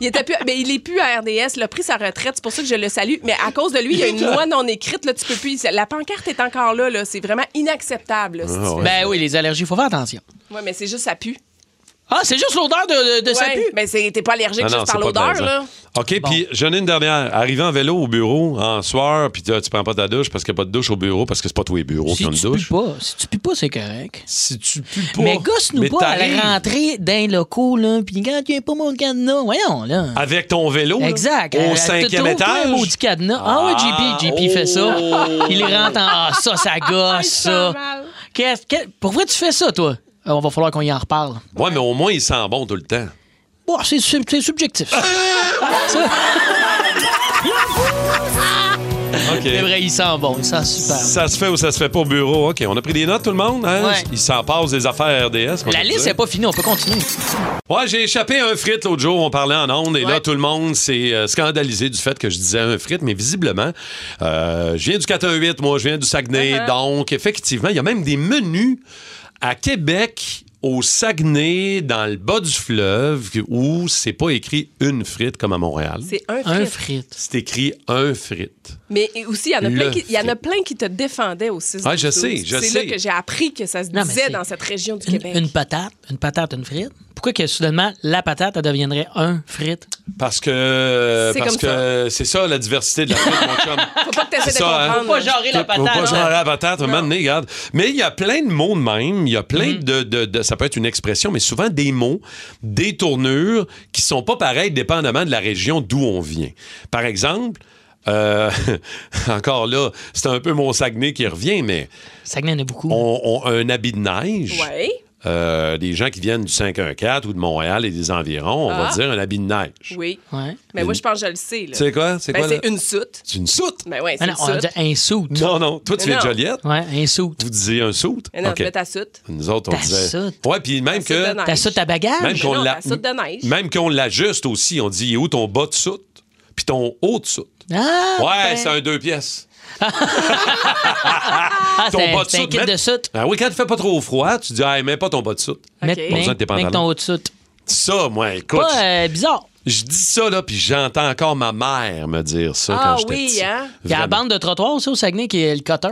Speaker 5: Il était plus, mais il est plus à RDS, il a pris sa retraite, c'est pour ça que je le salue. Mais à cause de lui, il y a une loi non écrite, là, tu peux plus. La pancarte est encore là, là. C'est vraiment inacceptable. là,
Speaker 3: Ah.
Speaker 5: si tu fais
Speaker 4: Ben oui, les allergies, faut faire attention.
Speaker 5: Ouais, mais c'est juste ça pue.
Speaker 4: Ah, c'est juste l'odeur de, de, de
Speaker 5: Ouais,
Speaker 4: sa pue?
Speaker 5: Mais c'est- t'es pas allergique
Speaker 3: Ah non,
Speaker 5: juste par
Speaker 3: c'est pas
Speaker 5: l'odeur,
Speaker 3: plaisant.
Speaker 5: là.
Speaker 3: OK, puis j'en ai une dernière. Arrivé en vélo au bureau en soir, puis tu tu prends pas ta douche parce qu'il n'y a pas de douche au bureau, parce que c'est pas tous les bureaux qui
Speaker 4: Si
Speaker 3: ont une
Speaker 4: tu pues
Speaker 3: douche.
Speaker 4: pas, si tu pues pas, c'est correct.
Speaker 3: Si tu pues
Speaker 4: Mais gosse-nous
Speaker 3: Mais
Speaker 4: pas à
Speaker 3: t'arrives.
Speaker 4: la rentrée d'un locaux, là, pis quand tu es pas mon cadenas, voyons, là.
Speaker 3: Avec ton vélo. Ah, là,
Speaker 4: Exact.
Speaker 3: Au
Speaker 4: Euh,
Speaker 3: cinquième
Speaker 4: t'ouvres pas
Speaker 3: étage.
Speaker 4: un maudit cadenas. Ah,
Speaker 3: Ah,
Speaker 4: ouais, JP, JP fait ça.
Speaker 3: oh.
Speaker 4: Il rentre en. Ah, ça, ça gosse, ça. Qu'est-ce que. Pourquoi tu fais ça, toi? Euh, on va falloir qu'on y en reparle.
Speaker 3: Ouais, mais au moins, il sent bon tout le temps.
Speaker 4: Bon, c'est sub- c'est subjectif. Ça-
Speaker 3: OK.
Speaker 4: C'est vrai, il sent bon, il sent super.
Speaker 3: Ça se fait ou ça se fait pas au bureau. OK, on a pris des notes, tout le monde. hein?
Speaker 4: Ouais.
Speaker 3: Il s'en passe des affaires RDS. on
Speaker 4: La
Speaker 3: peut
Speaker 4: liste
Speaker 3: dire.
Speaker 4: n'est pas finie, on peut continuer.
Speaker 3: Ouais, j'ai échappé à un frit l'autre jour. On parlait en ondes et là, tout le monde s'est euh, scandalisé du fait que je disais un frit, mais visiblement, euh, je viens du 418, moi, je viens du Saguenay.
Speaker 4: Uh-huh.
Speaker 3: Donc, effectivement, il y a même des menus à Québec. Au Saguenay, dans le bas du fleuve, où c'est pas écrit une frite comme à Montréal.
Speaker 5: C'est un frit.
Speaker 3: C'est écrit un frite.
Speaker 5: Mais aussi, il y, en a
Speaker 3: Le
Speaker 5: plein qui, il y en a plein qui te défendaient aussi.
Speaker 3: Ouais, je sais, je
Speaker 5: C'est là
Speaker 3: sais.
Speaker 5: que j'ai appris que ça se
Speaker 4: Non, mais
Speaker 5: disait
Speaker 4: c'est-
Speaker 5: dans cette région du
Speaker 4: Une,
Speaker 5: Québec.
Speaker 4: une patate, une patate, une frite. Pourquoi que soudainement, la patate, elle deviendrait un frite?
Speaker 3: Parce que
Speaker 4: C'est
Speaker 3: parce
Speaker 4: comme
Speaker 3: que c'est ça la diversité de la frite, mon chum.
Speaker 5: Faut pas que t'essaies
Speaker 3: C'est
Speaker 5: de
Speaker 3: ça, hein.
Speaker 5: comprendre.
Speaker 4: Faut pas genrer la patate.
Speaker 3: Faut pas
Speaker 4: hein.
Speaker 3: genrer la patate, à un moment donné, regarde. Mais il y a plein de mots de même, il y a plein
Speaker 4: Mm.
Speaker 3: de, de- de- Ça peut être une expression, mais souvent des mots, des tournures qui sont pas pareilles dépendamment de la région d'où on vient. Par exemple, euh, encore là, c'est un peu mon Saguenay qui revient, mais.
Speaker 4: Saguenay, en a beaucoup.
Speaker 3: On, on- un habit de neige.
Speaker 5: Ouais.
Speaker 3: euh, des gens qui viennent du 514 ou de Montréal et des environs, on va
Speaker 5: Ah.
Speaker 3: dire un habit de neige.
Speaker 5: Oui. Mais
Speaker 3: Une-
Speaker 5: moi, je pense que je le sais. là.
Speaker 3: Tu sais quoi? C'est
Speaker 5: Ben,
Speaker 3: quoi, là?
Speaker 5: C'est une soute.
Speaker 3: C'est une soute?
Speaker 5: Ben oui, c'est
Speaker 4: Ah non,
Speaker 5: une
Speaker 4: on dit
Speaker 5: soute.
Speaker 4: un soute.
Speaker 3: Non, non. Toi, tu
Speaker 5: Mais
Speaker 3: viens de
Speaker 5: non.
Speaker 3: Joliette?
Speaker 4: Ouais, un soute.
Speaker 3: Vous disiez un soute?
Speaker 5: Mais non,
Speaker 3: OK.
Speaker 5: tu mets ta soute.
Speaker 3: Nous autres, on
Speaker 4: Ta
Speaker 3: disait.
Speaker 4: soute.
Speaker 3: Ouais, puis même
Speaker 5: soute de
Speaker 3: que.
Speaker 5: neige.
Speaker 4: T'as ça ta bagage?
Speaker 3: Même qu'on
Speaker 5: Non,
Speaker 3: l'a-
Speaker 5: ta soute de neige.
Speaker 3: Même qu'on l'ajuste aussi, on dit il est où ton bas de soute? Puis ton haut de soute.
Speaker 4: Ah,
Speaker 3: ouais,
Speaker 4: ben.
Speaker 3: c'est un deux pièces.
Speaker 4: Ah,
Speaker 3: ton
Speaker 4: c'est
Speaker 3: bas
Speaker 4: un,
Speaker 3: de
Speaker 4: c'est un
Speaker 3: soute.
Speaker 4: kit
Speaker 3: mets-
Speaker 4: de soute.
Speaker 3: Ah oui, quand il fait pas trop froid, tu dis, ah, mets pas ton bas de soute.
Speaker 4: Mets,
Speaker 3: Pas besoin de tes
Speaker 4: mets- mets ton
Speaker 3: pantalons.
Speaker 4: haut de soute.
Speaker 3: Ça, moi, écoute.
Speaker 4: Pas euh, bizarre.
Speaker 3: Je dis ça, là, puis j'entends encore ma mère me dire ça
Speaker 4: Ah
Speaker 3: quand j'étais
Speaker 4: oui,
Speaker 3: petit.
Speaker 4: hein? Il y a la
Speaker 3: Vraiment.
Speaker 4: bande de trottoir aussi au Saguenay qui est le cutter.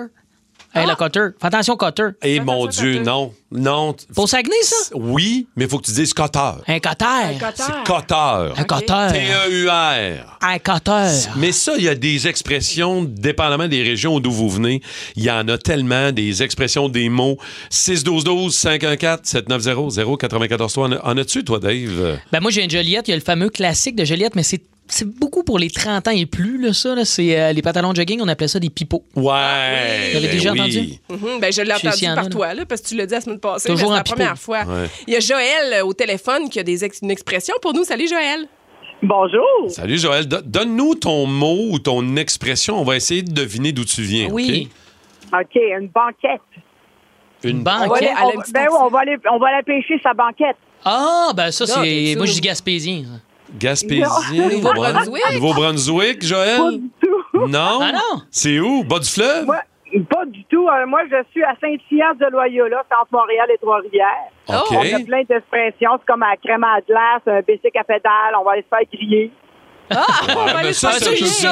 Speaker 4: Hey, le cutter. Fais attention, cutter.
Speaker 3: Et Eh, mon Dieu, non. Non.
Speaker 4: Pour Saguenay, ça?
Speaker 3: Oui, mais il faut que tu dises coteur.
Speaker 4: Un cutter. euh,
Speaker 3: C'est coteur.
Speaker 4: Un coteur.
Speaker 3: T-E-U-R.
Speaker 4: Un cutter.
Speaker 3: Mais ça, il y a des expressions, dépendamment des régions d'où vous venez, il y en a tellement, des expressions, des mots. 612-12-514-790-094. Toi, en- en as-tu, toi, Dave?
Speaker 4: Ben moi, j'ai une Joliette. Il y a le fameux classique de Joliette, mais c'est. c'est beaucoup pour les 30 ans et plus, là, ça. là. C'est euh, les pantalons de jogging, on appelait ça des pipeaux.
Speaker 3: Ouais.
Speaker 4: Vous avez déjà
Speaker 3: ben oui.
Speaker 4: entendu?
Speaker 5: Mhm, ben, je l'ai
Speaker 4: Je suis
Speaker 5: entendu
Speaker 4: Sienna,
Speaker 5: par
Speaker 4: là.
Speaker 5: toi, là, parce que tu l'as dit la semaine passée.
Speaker 4: Toujours
Speaker 5: mais
Speaker 4: en
Speaker 5: c'est la première fois.
Speaker 3: Ouais.
Speaker 5: Il y a Joël euh, au téléphone qui a des ex- une expression pour nous. Salut, Joël.
Speaker 7: Bonjour.
Speaker 3: Salut, Joël. Do- Donne-nous ton mot ou ton expression. On va essayer de deviner d'où tu viens.
Speaker 7: Oui. OK, une banquette.
Speaker 3: OK? Une
Speaker 7: On va, aller- on- ben oui, on va aller- on va la pêcher, sa banquette.
Speaker 4: Ah, ben ça,
Speaker 7: Non, t'es
Speaker 4: c'est.
Speaker 7: sûr.
Speaker 4: Moi, je dis gaspésien. ça.
Speaker 3: Gaspésie,
Speaker 5: Non.
Speaker 3: Nouveau-Brunswick.
Speaker 5: Nouveau-Brunswick.
Speaker 3: Nouveau-Brunswick, Joël? Pas du tout. Non?
Speaker 7: Ah non.
Speaker 3: C'est où? Bas du fleuve?
Speaker 7: Moi, pas du tout. Euh, moi, je suis à Saint-Cyr-de-Loyola, c'est entre Montréal et Trois-Rivières.
Speaker 3: OK.
Speaker 7: On a plein d'expressions. C'est comme à la crème à glace, un bicycle à pédale, on va aller se faire griller.
Speaker 3: Ouais,
Speaker 7: on va
Speaker 3: mais
Speaker 7: aller
Speaker 3: ça,
Speaker 7: se
Speaker 3: c'est un peu
Speaker 7: faire griller.
Speaker 3: plus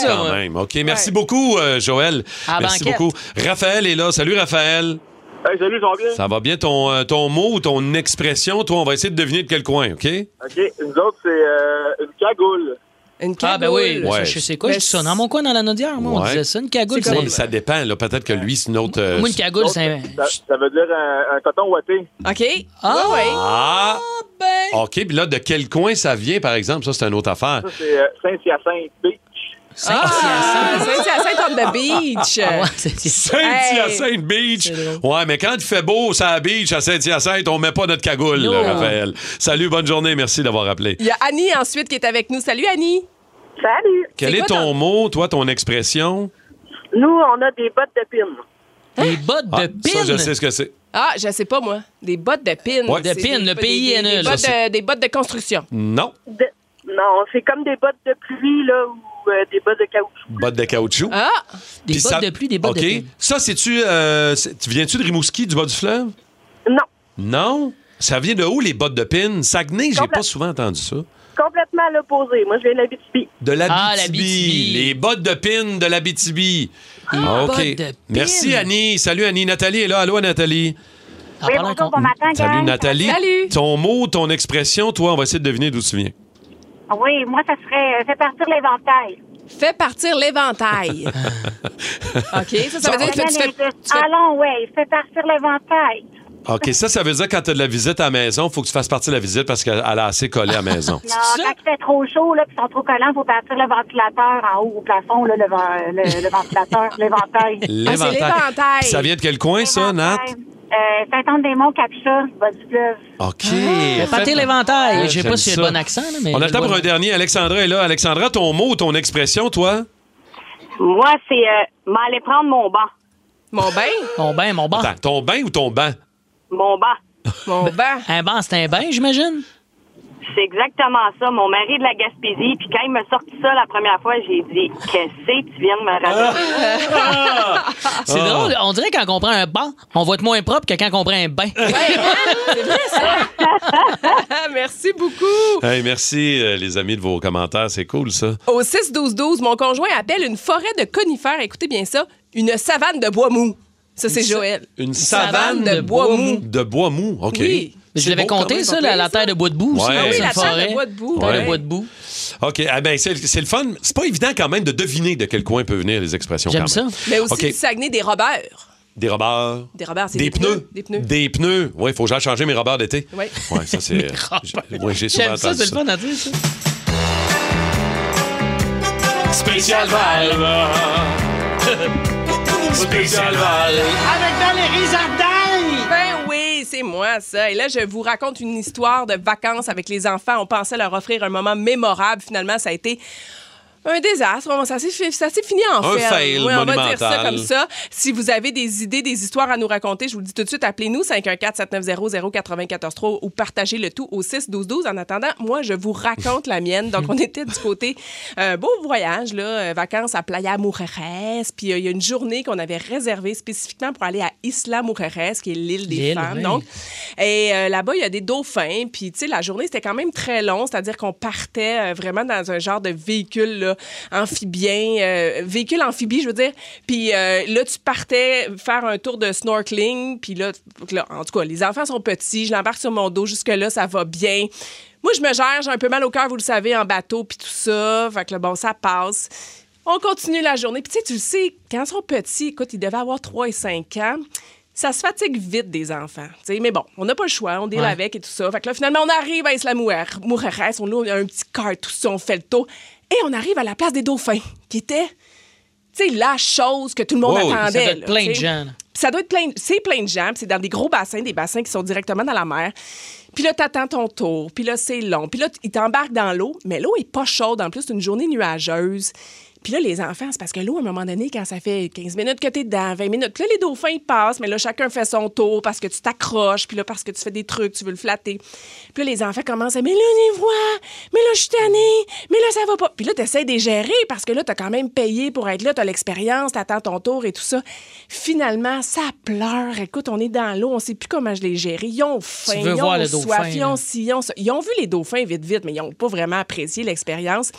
Speaker 3: commun quand même. OK, merci beaucoup, euh, Joël.
Speaker 7: À la
Speaker 3: merci
Speaker 7: banquette.
Speaker 3: beaucoup. Raphaël est là. Salut, Raphaël.
Speaker 16: Hey, salut, ça va bien?
Speaker 3: Ça va bien ton, euh, ton mot ou ton expression? Toi, on va essayer de deviner de quel coin, OK?
Speaker 16: OK, nous autres, c'est euh, une cagoule.
Speaker 5: Une
Speaker 4: Ah, ben oui.
Speaker 3: Ouais.
Speaker 4: Ça, je sais quoi, je dis ça. Dans mon coin, dans la Naudière, moi, on
Speaker 3: Ouais.
Speaker 4: disait ça. Une cagoule,
Speaker 3: C'est comme-
Speaker 4: c'est.
Speaker 3: Ça dépend. là. Peut-être que lui, c'est une autre... euh,
Speaker 4: Moi, une cagoule, c'est un.
Speaker 16: Ça, ça veut dire un, un coton ouaté.
Speaker 5: OK. Ah, oui.
Speaker 3: Ah! OK, puis là, de quel coin ça vient, par exemple? Ça, c'est une autre affaire.
Speaker 16: Ça, c'est euh, Saint-Hyacinthe Beach.
Speaker 5: Ah, Saint-Hyacinthe on the beach.
Speaker 4: Ah,
Speaker 3: Ah, Saint-Hyacinthe Beach. Ouais, mais quand il fait beau, ça à beach à Saint-Hyacinthe, on met pas notre cagoule,
Speaker 5: Non.
Speaker 3: là, Raphaël. Salut, bonne journée, merci d'avoir appelé.
Speaker 5: Il y a Annie ensuite qui est avec nous. Salut Annie.
Speaker 7: Salut.
Speaker 3: Quel est, ton mot, toi, ton expression?
Speaker 7: Nous, on a des bottes de pin.
Speaker 4: Des bottes
Speaker 3: Ah, Ça, je sais ce que c'est.
Speaker 5: Ah, je sais pas moi. Des bottes de pin.
Speaker 3: Ouais. De
Speaker 5: C'est
Speaker 3: pin,
Speaker 5: des-
Speaker 3: le
Speaker 5: des-
Speaker 3: pays
Speaker 5: des-
Speaker 3: est
Speaker 5: des
Speaker 3: nul. Ça,
Speaker 5: bottes
Speaker 3: c'est-
Speaker 5: de- Des bottes de construction.
Speaker 3: Non,
Speaker 7: Non, c'est comme des bottes de pluie, là, ou euh, des bottes de caoutchouc.
Speaker 3: bottes de caoutchouc.
Speaker 5: Ah!
Speaker 7: Des
Speaker 3: Puis
Speaker 7: bottes de pluie, des bottes
Speaker 3: OK.
Speaker 7: de pluie.
Speaker 3: Ça, c'est-tu... euh, c'est- tu Viens-tu de Rimouski, du bas du fleuve?
Speaker 7: Non,
Speaker 3: Non? Ça vient de où, les bottes de pin? Saguenay, j'ai pas souvent entendu ça.
Speaker 7: complètement à l'opposé. Moi, je viens de l'Abitibi.
Speaker 3: De
Speaker 7: Ah,
Speaker 3: l'Abitibi. les bottes de pin de l'Abitibi. Ah, OK.
Speaker 7: bottes de pin.
Speaker 3: Merci, Annie. Salut, Annie. Nathalie est là. Allô, Nathalie.
Speaker 4: Ah,
Speaker 7: Oui, bonjour, bon matin,
Speaker 3: Salut,
Speaker 7: gang.
Speaker 3: Nathalie. Ton mot, ton expression, toi, on va essayer de deviner d'où tu viens.
Speaker 7: Ah Oui, moi, ça serait euh, fait partir l'éventail.
Speaker 5: Fais partir l'éventail. OK, ça, ça veut dire que tu fais- tu fais- tu fais-
Speaker 7: Allons, ouais, fait partir l'éventail.
Speaker 3: OK, ça, ça veut dire quand tu as de la visite à la maison, faut que tu fasses partie de la visite parce qu'elle a assez collé à la maison.
Speaker 7: Non, quand il fait trop chaud, là, puis ils sont trop collants, faut partir le ventilateur en haut au plafond, là, le, ven- le- le ventilateur, l'éventail.
Speaker 3: Puis Ça vient de quel coin, ça, Nat?
Speaker 7: Euh, Saint-Anne-des-Monts, Capcha, bas du fleuve.
Speaker 4: Ah,
Speaker 3: OK.
Speaker 4: Fais pâtir l'éventail. Je sais pas si j'ai le
Speaker 3: J'aime ça.
Speaker 4: bon accent, là, mais.
Speaker 3: On a
Speaker 4: je
Speaker 3: le temps
Speaker 4: vois-
Speaker 3: pour un dernier. Alexandra est là. Alexandra, ton mot, ton expression, toi?
Speaker 7: Moi, c'est euh, m'aller prendre mon banc.
Speaker 5: Mon bain?
Speaker 4: Mon bain, mon bain.
Speaker 3: Attends, ton bain ou ton banc?
Speaker 7: Mon banc.
Speaker 5: Mon bain.
Speaker 4: Un banc, c'est un bain, j'imagine?
Speaker 7: C'est exactement ça. Mon mari est de la Gaspésie, puis quand il m'a sorti ça la première fois, j'ai dit Qu'est-ce que tu viens de me raconter?
Speaker 4: C'est
Speaker 7: Ah.
Speaker 4: drôle. On dirait quand on prend un banc, on va être moins propre que quand on prend un bain.
Speaker 5: C'est vrai, ça. Merci beaucoup.
Speaker 3: Hey, merci, euh, les amis, de vos commentaires. C'est cool, ça.
Speaker 5: Au 6-12-12, mon conjoint appelle une forêt de conifères, écoutez bien ça, une savane de bois mou. Ça, c'est Joël.
Speaker 3: Une savane, de, bois mou. De bois mou, OK.
Speaker 5: Oui.
Speaker 4: Mais je l'avais compté, ça, la, la terre de bois de boue.
Speaker 3: Ouais.
Speaker 4: ça,
Speaker 3: Ah oui,
Speaker 4: c'est
Speaker 3: la
Speaker 4: une
Speaker 3: terre de
Speaker 4: forêt.
Speaker 5: bois de boue,
Speaker 4: Terre de
Speaker 3: ouais.
Speaker 4: bois de boue.
Speaker 3: OK. Ah ben, c'est c'est le fun. C'est pas évident quand même de deviner de quel coin peuvent venir les expressions.
Speaker 4: J'aime
Speaker 3: quand
Speaker 4: ça.
Speaker 3: même.
Speaker 5: Mais aussi
Speaker 3: OK.
Speaker 5: du Saguenay des Robert.
Speaker 3: Des robards.
Speaker 5: Des Robert, c'est
Speaker 3: Des, pneus.
Speaker 5: Des pneus.
Speaker 3: Des pneus. Oui, il faut que j'aille changer mes robards d'été.
Speaker 5: Ouais.
Speaker 3: Ouais, ça, c'est. euh, J'ai- ouais, j'ai souvent
Speaker 4: J'aime ça,
Speaker 3: entendu
Speaker 4: c'est le
Speaker 3: ça.
Speaker 4: fun à dire, ça.
Speaker 3: Spécial Val. Spécial Val.
Speaker 5: Avec Valérie Jardin! Ben oui, c'est moi, ça. Et là, je vous raconte une histoire de vacances avec les enfants. On pensait leur offrir un moment mémorable. Finalement, ça a été un désastre. Bon, ça s'est fi- ça s'est fini en
Speaker 3: Un
Speaker 5: fait.
Speaker 3: fail
Speaker 5: oui, on va dire ça
Speaker 3: monumental.
Speaker 5: comme
Speaker 4: Mm.
Speaker 5: ça. Si vous avez des idées, des histoires à nous raconter, je vous le dis tout de suite, appelez-nous 514-790-0943 ou partagez le tout au 6-12-12. En attendant, moi, je vous raconte la mienne. Donc, on était du côté euh, beau voyage, là, euh, vacances à Playa Mujeres. Puis, euh, il y a une journée qu'on avait réservée spécifiquement pour aller à Isla Mujeres, qui est l'île des
Speaker 4: L'île,
Speaker 5: femmes.
Speaker 4: oui.
Speaker 5: Donc, et euh, là-bas, il y a des dauphins. Puis, tu sais, la journée, c'était quand même très long. C'est-à-dire qu'on partait euh, vraiment dans un genre de véhicule là, amphibien, euh, véhicule amphibie, je veux dire. Puis euh, là, tu partais faire un tour de snorkeling. Puis là, faut que là, en tout cas, les enfants sont petits. Je l'embarque sur mon dos. Jusque-là, ça va bien. Moi, je me gère. J'ai un peu mal au cœur, vous le savez, en bateau, puis tout ça. Fait que là, bon, ça passe. On continue la journée. Puis tu sais, tu le sais, quand ils sont petits, écoute, ils devaient avoir 3 et 5 ans. Ça se fatigue vite des enfants. tu sais. Mais bon, on n'a pas le choix, on deal
Speaker 4: Ouais.
Speaker 5: avec et tout ça. Fait que là, finalement, on arrive à Isla Mujer- Mujeres, on loue un petit car, tout ça, on fait le tour. Et on arrive à la place des dauphins, qui était, tu sais, la chose que tout le monde
Speaker 4: Wow, Oh ça
Speaker 5: attendait.
Speaker 4: doit être
Speaker 5: là,
Speaker 4: plein de
Speaker 5: tu sais.
Speaker 4: gens, là.
Speaker 5: Puis ça doit être plein, c'est plein de gens, puis c'est dans des gros bassins, des bassins qui sont directement dans la mer. Puis là, t'attends ton tour, puis là, c'est long. Puis là, t- ils t'embarquent dans l'eau, mais l'eau est pas chaude. En plus, c'est une journée nuageuse. Puis là, les enfants, c'est parce que l'eau, à un moment donné, quand ça fait 15 minutes que t'es dedans, 20 minutes, puis là, les dauphins, ils passent, mais là, chacun fait son tour parce que tu t'accroches, puis là, parce que tu fais des trucs, tu veux le flatter. Puis là, les enfants commencent à Mais là, on y voit, mais là, je suis tannée, mais là, ça va pas. Puis là, t'essaies de les gérer parce que là, t'as quand même payé pour être là, t'as l'expérience, t'attends ton tour et tout ça. Finalement, ça pleure. Écoute, on est dans l'eau, on sait plus comment je les gérer. Ils ont faim,
Speaker 4: veux
Speaker 5: ils
Speaker 4: voir
Speaker 5: ont
Speaker 4: le
Speaker 5: soif,
Speaker 4: dauphin,
Speaker 5: ils
Speaker 4: là.
Speaker 5: ont sillon. ça. Ils ont vu les dauphins vite, vite, mais ils n'ont pas vraiment apprécié l'expérience.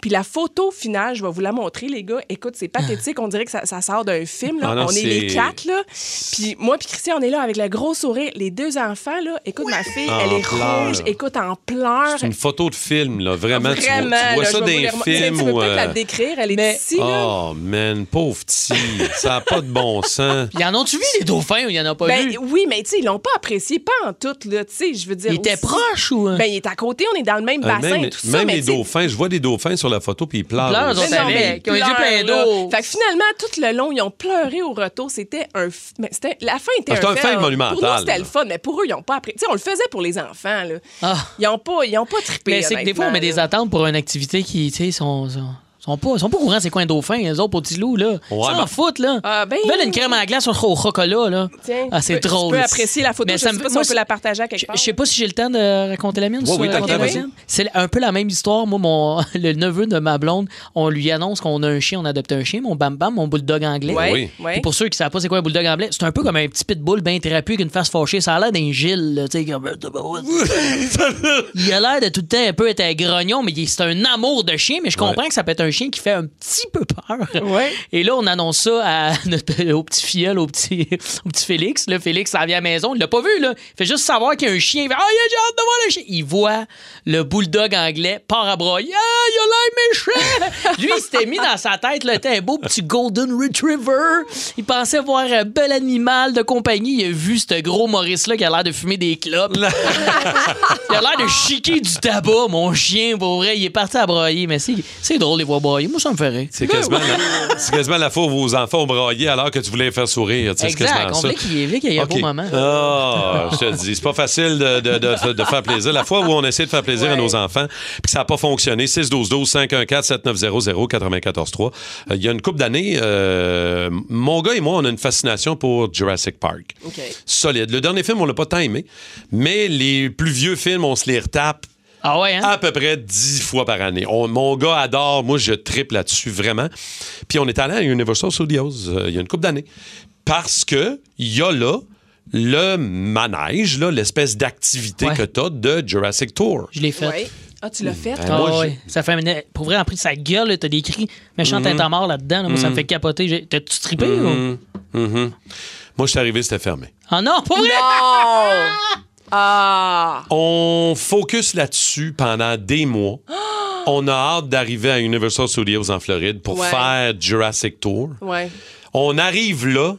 Speaker 5: Puis la photo finale, je vais vous la montrer, les gars. Écoute, c'est pathétique. On dirait que ça, ça sort d'un film. Là.
Speaker 3: Ah non,
Speaker 5: on est... les
Speaker 3: c'est-
Speaker 5: quatre, là. Puis moi, puis Christian, on est là avec le gros sourire. Les deux enfants, là. Écoute, ma fille,
Speaker 3: En
Speaker 5: elle est
Speaker 3: pleurs.
Speaker 5: rouge. Écoute, en pleurs.
Speaker 3: C'est une photo de film, là. Vraiment, tu vois-
Speaker 5: Vraiment,
Speaker 3: tu vois
Speaker 5: là,
Speaker 3: ça
Speaker 5: je
Speaker 3: dans
Speaker 5: vais vous
Speaker 3: les
Speaker 5: les rem-
Speaker 3: films
Speaker 5: Tu peux
Speaker 3: ou.
Speaker 5: peut-être la
Speaker 3: euh,
Speaker 5: décrire. Elle est ici, là.
Speaker 3: Oh, man, pauvre petit. Ça n'a pas de bon sens.
Speaker 4: Y en ont-tu vu les dauphins ou y en a pas
Speaker 5: Ben,
Speaker 4: vu?
Speaker 5: oui, mais tu sais, ils l'ont pas apprécié, pas en tout, là, tu sais, je veux dire...
Speaker 4: Il était
Speaker 5: aussi-
Speaker 4: proche ou, hein?
Speaker 5: Ben, il est à côté, on est dans le même
Speaker 3: Euh,
Speaker 5: bassin,
Speaker 3: même
Speaker 5: tout ça,
Speaker 3: même
Speaker 5: mais
Speaker 3: les
Speaker 5: tu sais,
Speaker 3: dauphins, je vois des dauphins sur la photo, puis ils pleurent.
Speaker 4: pleurent, ils ont
Speaker 3: aussi.
Speaker 4: savait,
Speaker 5: mais
Speaker 4: qu'ils ont les yeux
Speaker 5: pleurent,
Speaker 4: pleins d'eau.
Speaker 5: là. Fait que finalement, tout le long, ils ont pleuré au retour. C'était un. f- mais c'était- la fin était
Speaker 3: Ah, c'était un
Speaker 5: fait,
Speaker 3: fait
Speaker 5: hein.
Speaker 3: monumental,
Speaker 5: Pour nous, c'était
Speaker 3: là.
Speaker 5: le fun, mais pour eux, ils n'ont pas appris. Tu sais, on le faisait pour les enfants, là. Ils n'ont pas, ils ont pas trippé.
Speaker 4: Ah. Mais c'est que des fois, on met des attentes pour une activité qui, tu sais, sont, sont, sont pas, sont pas courants, c'est quoi un dauphin, les autres, au petit loup, là. Ils s'en
Speaker 5: ben-
Speaker 4: foutent, là.
Speaker 5: ben-
Speaker 4: Ils veulent une crème à la glace au, au chocolat, là.
Speaker 5: Tiens,
Speaker 4: ah, c'est
Speaker 5: tu peux-
Speaker 4: drôle.
Speaker 5: Tu peux apprécier la photo.
Speaker 4: Mais
Speaker 5: je
Speaker 4: ça
Speaker 5: sais
Speaker 4: me-
Speaker 5: pas si
Speaker 4: moi,
Speaker 5: on peut la partager à quelque part.
Speaker 4: Je sais pas si j'ai le temps de raconter la mienne.
Speaker 5: Oui,
Speaker 4: si tu
Speaker 5: oui,
Speaker 4: veux
Speaker 5: t'as le
Speaker 4: raconter
Speaker 5: temps,
Speaker 4: la
Speaker 5: vas-y.
Speaker 4: mienne. C'est un peu la même histoire. Moi, mon, le neveu de ma blonde, on lui annonce qu'on a un chien, on adopte un chien, mon Bam Bam, mon bulldog anglais.
Speaker 5: Ouais, Oui. ouais.
Speaker 4: Puis pour ceux qui savent pas c'est quoi un bulldog anglais, c'est un peu comme un petit pitbull bien thérapieux avec une face fâchée. Ça a l'air d'un gil, là, tu sais, comme... Il a l'air de tout le temps un peu être un grognon, mais il- c'est un amour de chien. Mais je comprends que ça peut être un chien qui fait un petit peu peur. Et là, on annonce ça à notre- au petit filleul, au petit, au petit Félix. Là, Félix, ça vient à la maison. Il l'a pas vu, là. Il fait juste savoir qu'il y a un chien. Il fait Ah, j'ai hâte de voir le chien. Il voit le bulldog anglais, part à broyer. Ah, il a l'air méchant. Lui, il s'était mis dans sa tête, là, était un beau petit Golden Retriever. Il pensait voir un bel animal de compagnie. Il a vu ce gros Maurice-là qui a l'air de fumer des clopes. Il a l'air de chiquer du tabac, mon chien, pour vrai. Il est parti à broyer, mais c'est c'est drôle de les voir broyer. Moi, ça me ferait.
Speaker 3: C'est quasiment, la, c'est quasiment la fois où vos enfants ont braillé alors que tu voulais les faire sourire. tu sais, C'est
Speaker 4: Exact,
Speaker 3: quasiment
Speaker 4: on
Speaker 3: ça.
Speaker 4: voulait qu'il évite qu'il y ait un beau
Speaker 3: OK.
Speaker 4: moment.
Speaker 3: Ah, je te le dis, c'est pas facile de, de- de- de faire plaisir. La fois où on essaie de faire plaisir à nos enfants, puis que ça n'a pas fonctionné, 612-12-514-7900-943. Euh, Il y a une couple d'années, euh, mon gars et moi, on a une fascination pour Jurassic Park.
Speaker 14: OK.
Speaker 3: Solide. Le dernier film, on l'a pas tant aimé, mais les plus vieux films, on se les retape.
Speaker 4: Ah hein?
Speaker 3: À peu près dix fois par année. On- mon gars adore, moi je tripe là-dessus vraiment. Puis on est allé à Universal Studios euh, il y a une couple d'années parce que il y a là le manège, là, l'espèce d'activité que t'as de Jurassic Tour.
Speaker 4: Je l'ai fait.
Speaker 5: Ouais. Ah, tu l'as fait?
Speaker 3: Ben, moi,
Speaker 4: Ah
Speaker 3: j'ai-
Speaker 4: ouais. Ça fait un- Pour vrai, en pris sa gueule, là, t'as des cris méchants
Speaker 3: Mhm.
Speaker 4: tête à mort là-dedans. là. Moi, ça me
Speaker 3: Mhm.
Speaker 4: fait capoter. J'ai- T'as-tu trippé? ou-
Speaker 3: Mhm. Mhm. Moi, je suis arrivé, c'était fermé.
Speaker 4: Ah non, pour vrai?
Speaker 5: Non! Ah!
Speaker 3: On focus là-dessus pendant des mois. On a hâte d'arriver à Universal Studios en Floride pour
Speaker 5: Ouais.
Speaker 3: faire Jurassic Tour.
Speaker 5: Ouais.
Speaker 3: On arrive là,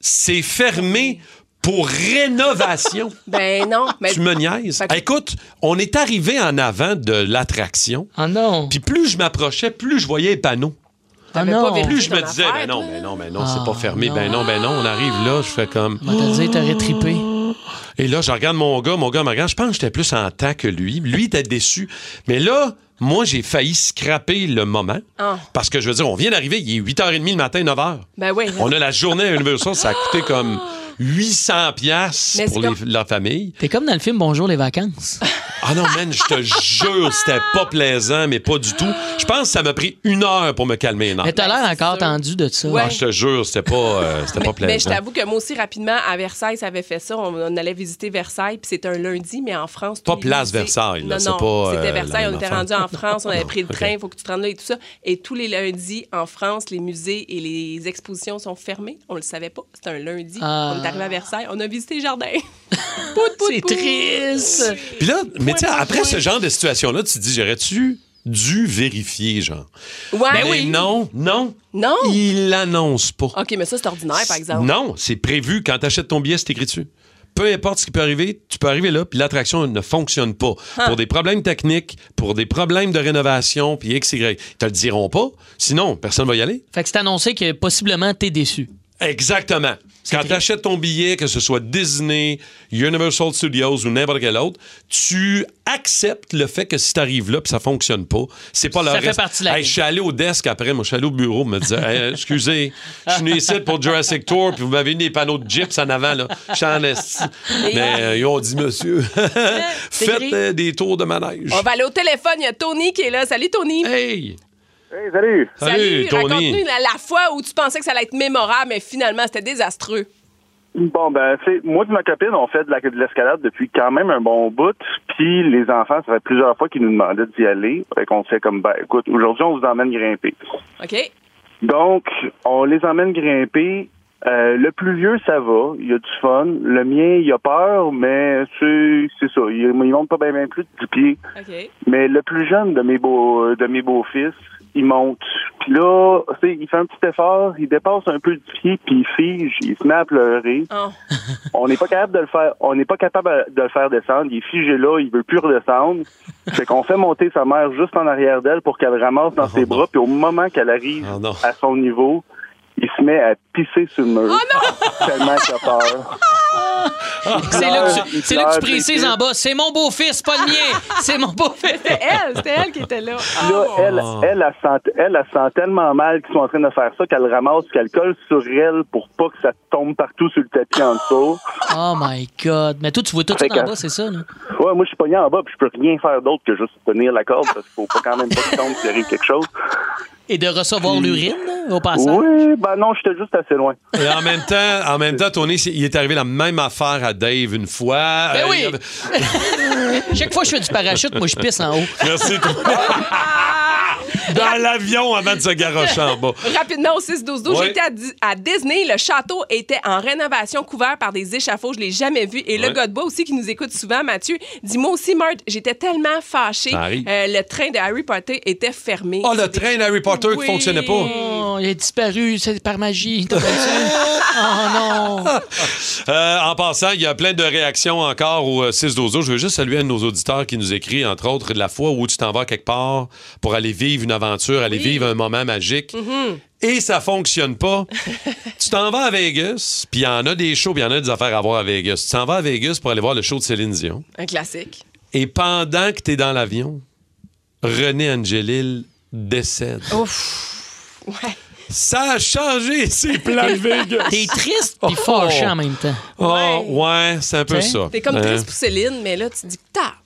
Speaker 3: c'est fermé pour rénovation.
Speaker 5: Ben non, mais.
Speaker 3: Tu me niaises. Écoute, on est arrivé en avant de l'attraction.
Speaker 4: Ah non.
Speaker 3: Puis plus je m'approchais, plus je voyais les panneaux.
Speaker 4: T'avais pas non. vérifié
Speaker 3: Plus je me
Speaker 4: Ah, ton
Speaker 3: disais,
Speaker 4: affaire,
Speaker 3: ben non, ben non, ben non, c'est
Speaker 4: Ah,
Speaker 3: pas fermé.
Speaker 4: non.
Speaker 3: Ben non, ben non, on arrive là, je fais comme.
Speaker 4: On t'a dit, t'aurais trippé.
Speaker 3: Et là, je regarde mon gars, mon gars me regarde. Je pense que j'étais plus en temps que lui. Lui était déçu. Mais là, moi, j'ai failli scraper le moment.
Speaker 5: Ah.
Speaker 3: Parce que je veux dire, on vient d'arriver, il est 8h30 le matin, 9h.
Speaker 5: Ben oui.
Speaker 3: On a la journée à Universal, ça a coûté comme 800 pièces
Speaker 4: Ah. Mais c'est
Speaker 3: pour les-
Speaker 4: comme-
Speaker 3: la famille.
Speaker 4: T'es comme dans le film Bonjour les vacances.
Speaker 3: Ah non, man, je te jure, c'était pas plaisant, mais pas du tout. Je pense que ça m'a pris une heure pour me calmer. Non.
Speaker 4: Mais t'as l'air encore tendu de ça.
Speaker 5: Ben, Ouais.
Speaker 3: Ah, je te jure, c'était pas, euh, c'était pas plaisant.
Speaker 5: Mais je t'avoue que moi aussi, rapidement, à Versailles, ça avait fait ça. On, on allait visiter Versailles, puis c'était un lundi, mais en France.
Speaker 3: Pas
Speaker 5: tous les
Speaker 3: place
Speaker 5: musées-
Speaker 3: Versailles, là,
Speaker 5: Non,
Speaker 3: c'est
Speaker 5: non,
Speaker 3: pas, euh,
Speaker 5: C'était
Speaker 3: la
Speaker 5: Versailles, on
Speaker 3: même
Speaker 5: était
Speaker 3: affaire.
Speaker 5: rendu en France, on avait
Speaker 3: Non,
Speaker 5: pris le
Speaker 3: ok.
Speaker 5: train, il faut que tu te rendes là et tout ça. Et tous les lundis, en France, les musées et les expositions sont fermés. On le savait pas. C'était un lundi.
Speaker 3: Ah.
Speaker 5: On est arrivé à Versailles, on a visité le jardin.
Speaker 4: Ah, C'est triste.
Speaker 3: Puis là, mais tu sais,
Speaker 5: point,
Speaker 3: après
Speaker 5: point.
Speaker 3: ce genre de situation-là, tu te dis, j'aurais-tu dû vérifier, genre?
Speaker 5: Ouais.
Speaker 3: mais
Speaker 5: Ben oui.
Speaker 3: non, non.
Speaker 5: Non.
Speaker 3: Il l'annonce pas.
Speaker 5: OK, mais ça, c'est ordinaire, par exemple.
Speaker 3: Non, c'est prévu. Quand tu achètes ton billet, c'est écrit dessus. Peu importe ce qui peut arriver, tu peux arriver là, puis l'attraction ne fonctionne pas.
Speaker 5: Ah.
Speaker 3: Pour des problèmes techniques, pour des problèmes de rénovation, puis X, Y. Ils te le diront pas. Sinon, personne va y aller.
Speaker 4: Fait que c'est annoncé que possiblement t'es déçu.
Speaker 3: Exactement. Quand tu achètes ton billet, que ce soit Disney, Universal Studios ou n'importe quel autre, tu acceptes le fait que si tu arrives là et ça fonctionne pas, c'est pas
Speaker 4: Ça
Speaker 3: leur
Speaker 4: fait
Speaker 3: reste-
Speaker 4: partie de la
Speaker 3: Hey, Je suis allé au desk après, moi, je suis allé au bureau, me disait Hey, euh, Excusez, je suis venu ici pour Jurassic Tour, puis vous m'avez mis des panneaux de gyps en avant, là. Je suis en esti. Mais euh, ils ont dit Monsieur, faites
Speaker 5: gris.
Speaker 3: euh, des tours de manège.
Speaker 5: On va aller au téléphone. Il y a Tony qui est là. Salut, Tony.
Speaker 3: Hey!
Speaker 5: Hey,
Speaker 3: salut! Salut, Tony.
Speaker 5: Raconte-nous la, la fois où tu pensais que ça allait être mémorable, mais finalement, c'était désastreux.
Speaker 16: Bon, ben, tu sais, moi et ma copine, on fait de la- de l'escalade depuis quand même un bon bout. Puis les enfants, ça fait plusieurs fois qu'ils nous demandaient d'y aller. Fait qu'on fait comme, ben, écoute, aujourd'hui, on vous emmène grimper.
Speaker 5: OK?
Speaker 16: Donc, on les emmène grimper. Euh, le plus vieux, ça va. Il a du fun. Le mien, il a peur, mais c'est c'est ça. Il, il monte pas bien bien plus de 10 pieds.
Speaker 5: OK.
Speaker 16: Mais le plus jeune de mes beaux de mes beaux-fils, il monte. Puis là, tu sais, il fait un petit effort, il dépasse un peu du pied, puis il fige, il se met à pleurer.
Speaker 5: Oh.
Speaker 16: On n'est pas capable de le faire, on n'est pas capable de le faire descendre. Il est figé là, il veut plus redescendre. Fait qu'on fait monter sa mère juste en arrière d'elle pour qu'elle le ramasse dans ses bras. Puis au moment qu'elle arrive à son niveau, il se met à pisser sur le mur. Tellement qu'il a peur.
Speaker 4: C'est là
Speaker 3: Ah,
Speaker 4: que tu,
Speaker 16: Il
Speaker 4: c'est là que tu
Speaker 16: pleure,
Speaker 4: précises
Speaker 16: il
Speaker 4: en bas. C'est mon beau-fils, pas le mien. C'est mon beau-fils.
Speaker 5: C'était elle, c'était elle qui était là. Oh.
Speaker 16: Puis là, elle, elle, elle, sent, elle, elle sent tellement mal qu'ils sont en train de faire ça qu'elle ramasse, qu'elle colle sur elle pour pas que ça tombe partout sur le tapis en dessous.
Speaker 4: Oh my God. Mais toi, tu vois tout ça
Speaker 16: Fait
Speaker 4: en
Speaker 16: que-
Speaker 4: bas, c'est ça, là?
Speaker 16: Ouais, moi, je suis pogné en bas, puis je peux rien faire d'autre que juste tenir la corde parce qu'il faut pas quand même pas qu'il tombe s'il arrive quelque chose.
Speaker 4: Et de recevoir l'urine, là, au passage.
Speaker 16: Oui, ben non, j'étais juste assez loin.
Speaker 3: Et en même temps, en même temps, Tony, c'est- il est arrivé la même affaire à Dave une fois.
Speaker 4: Ben
Speaker 3: Euh,
Speaker 4: oui.
Speaker 3: il y avait-
Speaker 4: Chaque fois que je fais du parachute, moi, je pisse en haut.
Speaker 3: Merci, Tony. Dans l'avion avant de se garrocher en bas.
Speaker 5: Rapidement, au 6-12-12,
Speaker 3: Ouais.
Speaker 5: j'étais à, Di- à Disney. Le château était en rénovation, couvert par des échafauds. Je l'ai jamais vu. Et le
Speaker 3: Ouais.
Speaker 5: gars de bois aussi qui nous écoute souvent, Mathieu, dis-moi aussi, Mart, j'étais tellement fâchée.
Speaker 3: Ça arrive.
Speaker 5: Euh, le train de Harry Potter était fermé.
Speaker 3: Oh, le train d'Harry Potter
Speaker 5: Oui.
Speaker 3: qui fonctionnait pas.
Speaker 4: Oh, il a disparu, c'est par magie. t'as pas vu ça? oh non.
Speaker 3: Euh, en passant, il y a plein de réactions encore au euh, 6 12 Je veux juste saluer un de nos auditeurs qui nous écrit, entre autres, de la fois où tu t'en vas quelque part pour aller vivre une aventure, aller vivre un moment magique. Et ça fonctionne pas. tu t'en vas à Vegas, puis il y en a des shows, puis il y en a des affaires à voir à Vegas. Tu t'en vas à Vegas pour aller voir le show de Céline Dion.
Speaker 5: Un classique.
Speaker 3: Et pendant que tu es dans l'avion, René Angelil décède.
Speaker 5: Ouf. Ouais.
Speaker 3: Ça a changé ses plans de Vegas.
Speaker 4: T'es triste puis fâché en même temps.
Speaker 3: Oh, ouais, c'est un peu ça.
Speaker 5: T'es comme triste
Speaker 3: Hein?
Speaker 5: pour Céline, mais là, tu te dis que tard.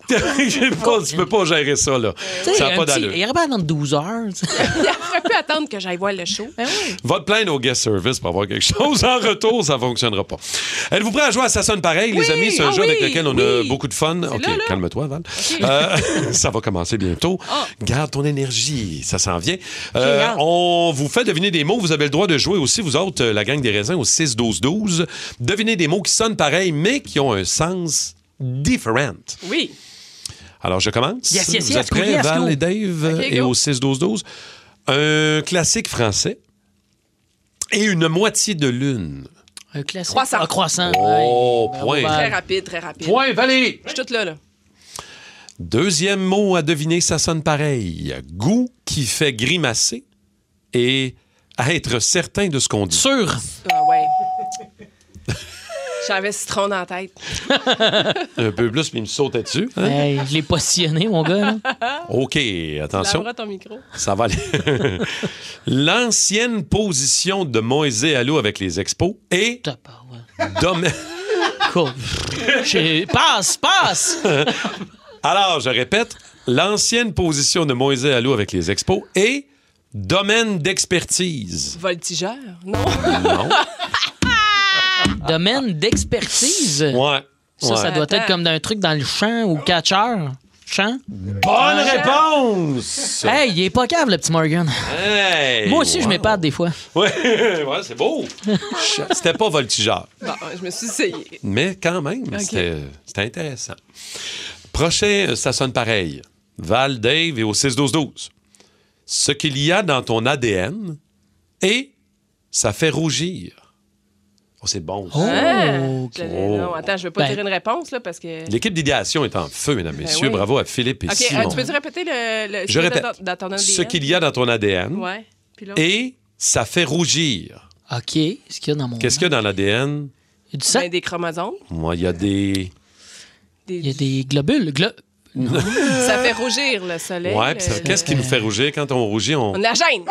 Speaker 3: J'ai pas- tu peux pas gérer ça, là.
Speaker 4: Tu sais,
Speaker 3: Ça n'a
Speaker 4: un
Speaker 3: pas
Speaker 4: petit-
Speaker 3: d'allure.
Speaker 4: Il aurait pas attendre 12 heures. tu sais.
Speaker 5: Il aurait pu attendre que j'aille voir le show.
Speaker 16: Ben
Speaker 3: Va te plaindre au guest service pour avoir quelque chose. En retour, ça fonctionnera pas. Êtes-vous prêt à jouer à Ça sonne pareil, les amis? C'est un
Speaker 5: ah
Speaker 3: jeu avec
Speaker 5: oui,
Speaker 3: lequel on a beaucoup de fun. OK, calme-toi, Val. Euh, ça va commencer bientôt.
Speaker 5: Ah.
Speaker 3: Garde ton énergie, ça s'en vient. Euh, on vous fait deviner des mots. Vous avez le droit de jouer aussi, vous autres, euh, la gang des raisins, au 6-12-12. Devinez des mots qui sonnent pareil, mais qui ont un sens différent.
Speaker 5: Oui.
Speaker 3: Alors, je commence.
Speaker 14: Yes, yes,
Speaker 3: Vous
Speaker 14: yes,
Speaker 3: êtes prêts,
Speaker 14: go, yes,
Speaker 3: Val
Speaker 14: go.
Speaker 3: et Dave,
Speaker 14: Ok,
Speaker 3: et
Speaker 14: go.
Speaker 3: au 6-12-12? Un classique français et une moitié de lune.
Speaker 4: Un classique.
Speaker 5: Croissant.
Speaker 4: Ah, croissant.
Speaker 3: Oh,
Speaker 14: Ah
Speaker 3: point.
Speaker 4: Ah.
Speaker 5: Très rapide, très rapide.
Speaker 3: Point, Valérie.
Speaker 5: Je suis toute là, là.
Speaker 3: Deuxième mot à deviner, ça sonne pareil. Goût qui fait grimacer et être certain de ce qu'on dit.
Speaker 4: Sûr.
Speaker 5: Ah ouais. J'avais citron dans la tête.
Speaker 3: Un peu plus, mais il me sautait dessus. hein?
Speaker 4: Hey, je l'ai positionné, mon gars. là.
Speaker 3: OK, attention.
Speaker 5: Laura, ton micro.
Speaker 3: Ça va aller. L'ancienne position de Moïse Allo avec les expos et... Domaine...
Speaker 4: Cool. J'ai- Passe, passe!
Speaker 3: Alors, je répète, l'ancienne position de Moïse Allo avec les expos et domaine d'expertise.
Speaker 5: Voltigeur? Non.
Speaker 3: Non.
Speaker 4: Domaine d'expertise.
Speaker 3: Ouais.
Speaker 4: Ça, ça
Speaker 3: Ouais.
Speaker 4: doit être comme d'un truc dans le champ ou catcheur. Champ?
Speaker 3: Bonne réponse!
Speaker 4: Hey, il est pas cave, le petit Morgan.
Speaker 3: Hey,
Speaker 4: Moi aussi, je
Speaker 3: wow.
Speaker 4: m'épate des fois.
Speaker 3: Ouais, ouais, c'est beau. C'était pas voltigeur,
Speaker 5: Bon, je me suis essayé.
Speaker 3: mais quand même,
Speaker 5: Ok.
Speaker 3: c'était c'était intéressant. Prochain, euh, ça sonne pareil. Val, Dave et au 6-12-12. Ce qu'il y a dans ton ADN et ça fait rougir. Oh, c'est bon. ça.
Speaker 5: Hein? Je l'ai-
Speaker 3: Oh.
Speaker 5: Non, attends, je veux pas
Speaker 3: Ben.
Speaker 5: dire une réponse, là, parce que.
Speaker 3: L'équipe d'idéation est en feu, mesdames, messieurs.
Speaker 5: Ben oui.
Speaker 3: Bravo à Philippe et
Speaker 5: OK, euh,
Speaker 3: Simon.
Speaker 5: tu peux-tu répéter le.
Speaker 3: Je
Speaker 5: le- ce qu'il y a
Speaker 3: répète.
Speaker 5: Dans, dans ton
Speaker 3: Ce qu'il y a dans ton ADN
Speaker 5: Ouais. Puis l'autre?
Speaker 3: et ça fait rougir.
Speaker 4: Oh. OK, ce qu'il y a dans mon.
Speaker 3: Qu'est-ce qu'il y a dans l'ADN?
Speaker 4: Du
Speaker 5: sang? ben, des chromosomes.
Speaker 3: Moi, il y a des.
Speaker 4: Il y a des globules. glo-
Speaker 5: ça fait rougir le soleil.
Speaker 3: Ouais, puis ça-
Speaker 5: le-
Speaker 3: qu'est-ce qui nous fait rougir quand on rougit? On...
Speaker 5: Ben, euh, On a la gêne.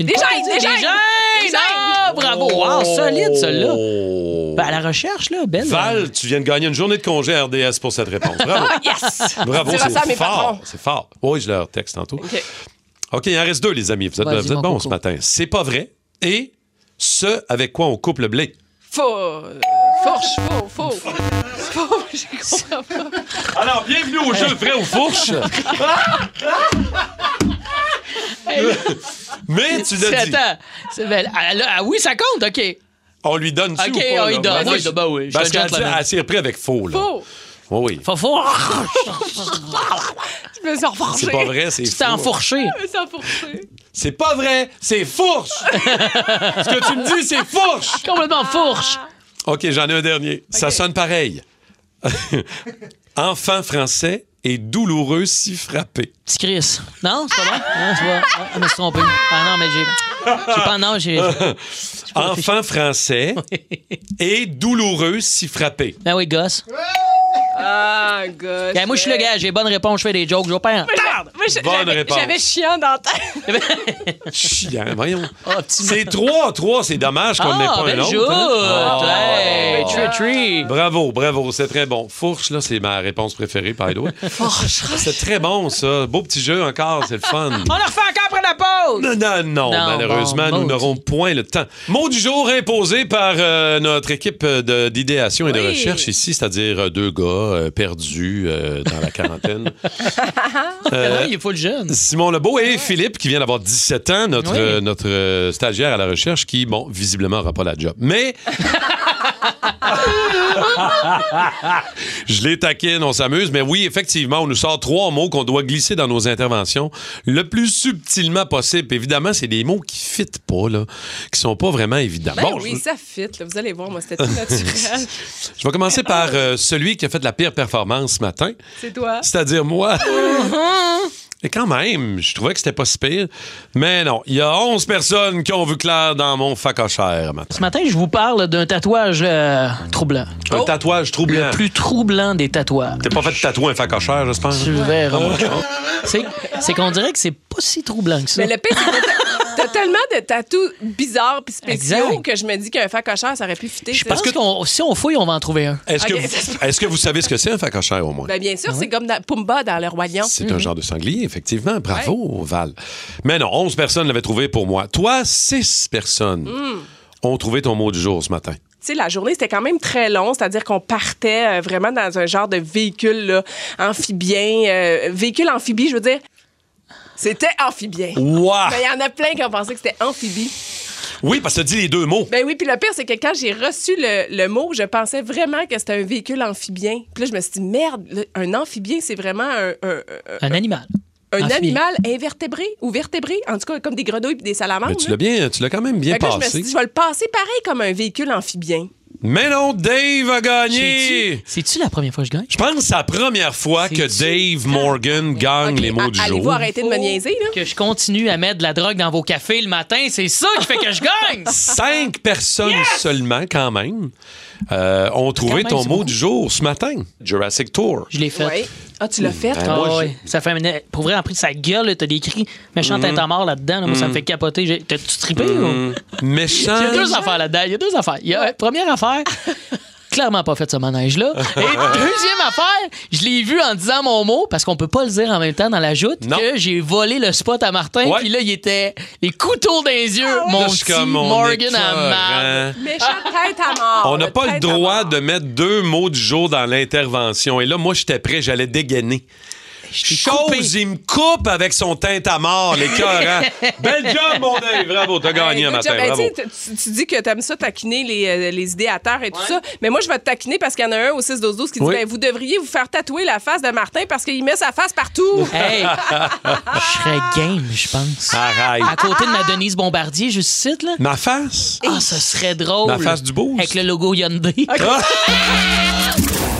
Speaker 4: Une
Speaker 5: Des gènes,
Speaker 4: partie-
Speaker 5: des gènes. Des gènes.
Speaker 4: Ah, bravo! Wow,
Speaker 3: Oh.
Speaker 4: solide, celui-là. Ben, à la recherche, là, Ben.
Speaker 5: euh,
Speaker 3: Val, tu viens de gagner une journée de congé à RDS pour cette réponse. Bravo.
Speaker 5: yes!
Speaker 3: Bravo,
Speaker 5: Dira ça à mes
Speaker 3: c'est fort.
Speaker 5: patrons.
Speaker 3: C'est fort. Oui, je leur texte tantôt.
Speaker 5: OK.
Speaker 3: OK, il en reste deux, les amis. Vous êtes,
Speaker 5: Vas-y,
Speaker 3: vous êtes
Speaker 5: mon
Speaker 3: bons
Speaker 5: coco.
Speaker 3: ce matin. C'est pas vrai. Et ce avec quoi on coupe le blé.
Speaker 5: Faux. euh, Fourche, faux, faux. Faux, je comprends pas.
Speaker 3: Alors, bienvenue au jeu vrai ou fourche. Mais tu
Speaker 4: C'est-
Speaker 3: l'as dit.
Speaker 4: Attends. C'est- ben, ah, là, ah oui, ça compte, OK.
Speaker 3: On lui donne ça
Speaker 4: OK,
Speaker 3: ou pas,
Speaker 4: on lui
Speaker 3: là?
Speaker 4: donne,
Speaker 3: Moi,
Speaker 4: on
Speaker 3: je-
Speaker 4: lui donne, ben oui, je
Speaker 3: Parce
Speaker 4: suis un
Speaker 3: qu'elle dit-
Speaker 4: gentleman.
Speaker 3: elle s'est repris avec faux, là.
Speaker 5: Faux.
Speaker 3: Oui, oui.
Speaker 4: Faut fourrer.
Speaker 5: Je me suis enfourchée.
Speaker 3: C'est pas vrai, c'est
Speaker 5: Tu
Speaker 3: faux.
Speaker 5: Je me suis enfourchée.
Speaker 3: C'est pas vrai, c'est fourche. Ce que tu me dis, c'est fourche.
Speaker 5: Ah.
Speaker 4: Complètement fourche.
Speaker 3: OK, j'en ai un dernier. Ça sonne pareil. Enfant français est douloureux si frappé.
Speaker 4: Petit Chris. Non, c'est pas bon? Non, c'est pas ah, Je me suis trompé. Ah non, mais j'ai. J'ai pas. Non, j'ai.
Speaker 3: Enfant français est douloureux si frappé.
Speaker 4: Ben oui, gosse.
Speaker 5: Ah, gosh.
Speaker 4: Ben, moi, je suis le gars, j'ai bonne réponse, je fais des jokes, je vais pas en-
Speaker 5: Mais je-
Speaker 3: Bonne
Speaker 5: j'avais-
Speaker 3: réponse.
Speaker 5: J'avais chiant dans la tête.
Speaker 3: Chiant, voyons. c'est 3-3, c'est dommage qu'on
Speaker 4: Ah,
Speaker 3: n'ait pas
Speaker 4: belle
Speaker 3: un autre.
Speaker 4: joute.
Speaker 3: Ah.
Speaker 4: Hey, trick-or-treat.
Speaker 3: Bravo, bravo, c'est très bon. Fourche, là, c'est ma réponse préférée, by the way. C'est très bon, ça. Beau petit jeu encore, c'est le fun.
Speaker 4: On en refait encore après la pause!
Speaker 3: Non, non, non, malheureusement,
Speaker 4: bon,
Speaker 3: nous
Speaker 4: maudit.
Speaker 3: n'aurons point le temps. Mot du jour imposé par euh, notre équipe de- d'idéation et de
Speaker 5: Oui.
Speaker 3: recherche ici, c'est-à-dire euh, deux gars euh, perdus euh, dans la quarantaine. Euh,
Speaker 4: il est full jeune.
Speaker 3: Simon Lebeau et Philippe, qui vient d'avoir 17 ans, notre,
Speaker 4: Oui.
Speaker 3: euh, notre euh, stagiaire à la recherche, qui, bon, visiblement, n'aura pas la job. Mais je les taquine, on s'amuse. Mais oui, effectivement, on nous sort trois mots qu'on doit glisser dans nos interventions le plus subtilement possible. Évidemment, c'est des mots qui ne fitent pas, là, qui sont pas vraiment évidents.
Speaker 5: Ben
Speaker 3: Bon,
Speaker 5: oui, ça fit. là. Vous allez voir, moi, c'était tout naturel.
Speaker 3: je, je vais commencer par euh, celui qui a fait la pire performance ce matin,
Speaker 5: C'est toi.
Speaker 3: c'est-à-dire moi.
Speaker 5: Mhm.
Speaker 3: Et quand même, je trouvais que c'était pas si pire. Mais non, il y a 11 personnes qui ont vu clair dans mon facochère matin.
Speaker 4: Ce matin, je vous parle d'un tatouage euh, troublant.
Speaker 3: Un
Speaker 5: Oh.
Speaker 3: tatouage troublant.
Speaker 4: Le plus troublant des tatouages.
Speaker 3: T'es pas fait tatouer un facochère, j'espère?
Speaker 4: Tu verras.
Speaker 3: Ah, mon Dieu.
Speaker 4: C'est c'est qu'on dirait que c'est pas si troublant que ça.
Speaker 5: Mais le pire, c'est que t'as- t'as tellement de tatous bizarres puis spéciaux
Speaker 4: Exact.
Speaker 5: que je me dis qu'un facocheur, ça aurait pu fitter.
Speaker 4: Parce que qu'on- si on fouille, on va en trouver un.
Speaker 3: Est-ce que,
Speaker 5: Ok.
Speaker 3: vous- est-ce que vous savez ce que c'est un facochère au moins?
Speaker 5: Ben, Mm-hmm. bien sûr, c'est comme dans Pumba dans Le Roi Lion.
Speaker 3: C'est un genre de sanglier, effectivement. Bravo, Val. Mais non, 11 personnes l'avaient trouvé pour moi. Toi, 6 personnes
Speaker 5: Mhm.
Speaker 3: ont trouvé ton mot du jour ce matin.
Speaker 5: Tu sais, la journée, c'était quand même très long, c'est-à-dire qu'on partait euh, vraiment dans un genre de véhicule là, amphibien. euh, véhicule amphibie, je veux dire. C'était amphibien.
Speaker 3: Ouah!
Speaker 5: Mais Ben, il y en a plein qui ont pensé que c'était amphibie.
Speaker 3: Oui, parce que tu dit les deux mots.
Speaker 5: Ben oui, puis le pire, c'est que quand j'ai reçu le, le mot, je pensais vraiment que c'était un véhicule amphibien. Puis là, je me suis dit, merde, là, un amphibien, c'est vraiment un, un- un-
Speaker 4: Un animal.
Speaker 5: un
Speaker 4: amphibien.
Speaker 5: animal invertébré ou vertébré, en tout cas, comme des grenouilles et des salamandres.
Speaker 3: Mais tu
Speaker 5: là.
Speaker 3: l'as, bien, tu l'as quand même bien
Speaker 5: Ah, Fait que là, je me suis
Speaker 3: passé.
Speaker 5: dit, je vais le passer pareil comme un véhicule amphibien.
Speaker 3: Mais non, Dave a gagné!
Speaker 4: C'est-tu la première fois que je gagne?
Speaker 3: Je pense que c'est la première fois que Dave Morgan gagne les
Speaker 4: Ah,
Speaker 3: mots du
Speaker 5: Allez-vous
Speaker 3: jour.
Speaker 5: arrêter de me niaiser, là?
Speaker 4: Que je continue à mettre de la drogue dans vos cafés le matin, c'est ça qui fait que je gagne!
Speaker 3: Cinq personnes seulement, quand même, euh, ont trouvé
Speaker 4: même,
Speaker 3: ton
Speaker 4: c'est
Speaker 3: mot du jour ce matin. Jurassic Tour.
Speaker 4: Je l'ai fait.
Speaker 5: Ah, tu l'as fait?
Speaker 3: Ben,
Speaker 4: Ah
Speaker 3: moi,
Speaker 4: ouais. Ça fait un- Pour vrai, en pris de sa gueule, là, t'as des cris. Méchant
Speaker 3: Mhm.
Speaker 4: tête en mort là-dedans. là. moi, ça me
Speaker 3: Mhm.
Speaker 4: fait capoter. J'ai- T'as-tu trippé? ou-
Speaker 3: Mm. Méchant.
Speaker 4: Il y a deux affaires là-dedans. Il y a deux affaires. Il y a, euh, première affaire, clairement pas fait ce manège-là. Et deuxième affaire, je l'ai vu en disant mon mot, parce qu'on peut pas le dire en même temps dans la joute, que j'ai volé le spot à Martin.
Speaker 3: Ouais.
Speaker 4: Puis là, il était les couteaux dans les yeux. Mon
Speaker 3: Là, je suis
Speaker 4: petit
Speaker 3: comme, hein. on est
Speaker 4: Morgan à
Speaker 3: écœurant.
Speaker 4: marde. Ah,
Speaker 5: Méchante tête à mort.
Speaker 3: On n'a pas le
Speaker 5: tête à
Speaker 3: droit de mettre deux mots du jour dans l'intervention. Et là, moi, j'étais prêt, j'allais dégainer. Chose, il me coupe avec son teint à mort, les cœurs. hein. Bel job, mon Dave. Bravo, t'as gagné un
Speaker 5: Écoute,
Speaker 3: matin.
Speaker 5: ben,
Speaker 3: Bravo.
Speaker 5: tu sais, tu, tu dis que t'aimes ça taquiner les, euh, les idées à terre et tout ça, mais moi, je vais te taquiner parce qu'il y en a un au 6-12-12 qui dit
Speaker 3: Oui.
Speaker 5: ben, Vous devriez vous faire tatouer la face de Martin parce qu'il met sa face partout.
Speaker 4: Hey, je serais game, je pense.
Speaker 3: Arrête.
Speaker 4: À côté de ma Denise Bombardier, je cite, là.
Speaker 3: Ma face?
Speaker 4: Ah, ce serait drôle.
Speaker 3: Ma face du beau.
Speaker 4: Avec le logo Hyundai.
Speaker 1: Plus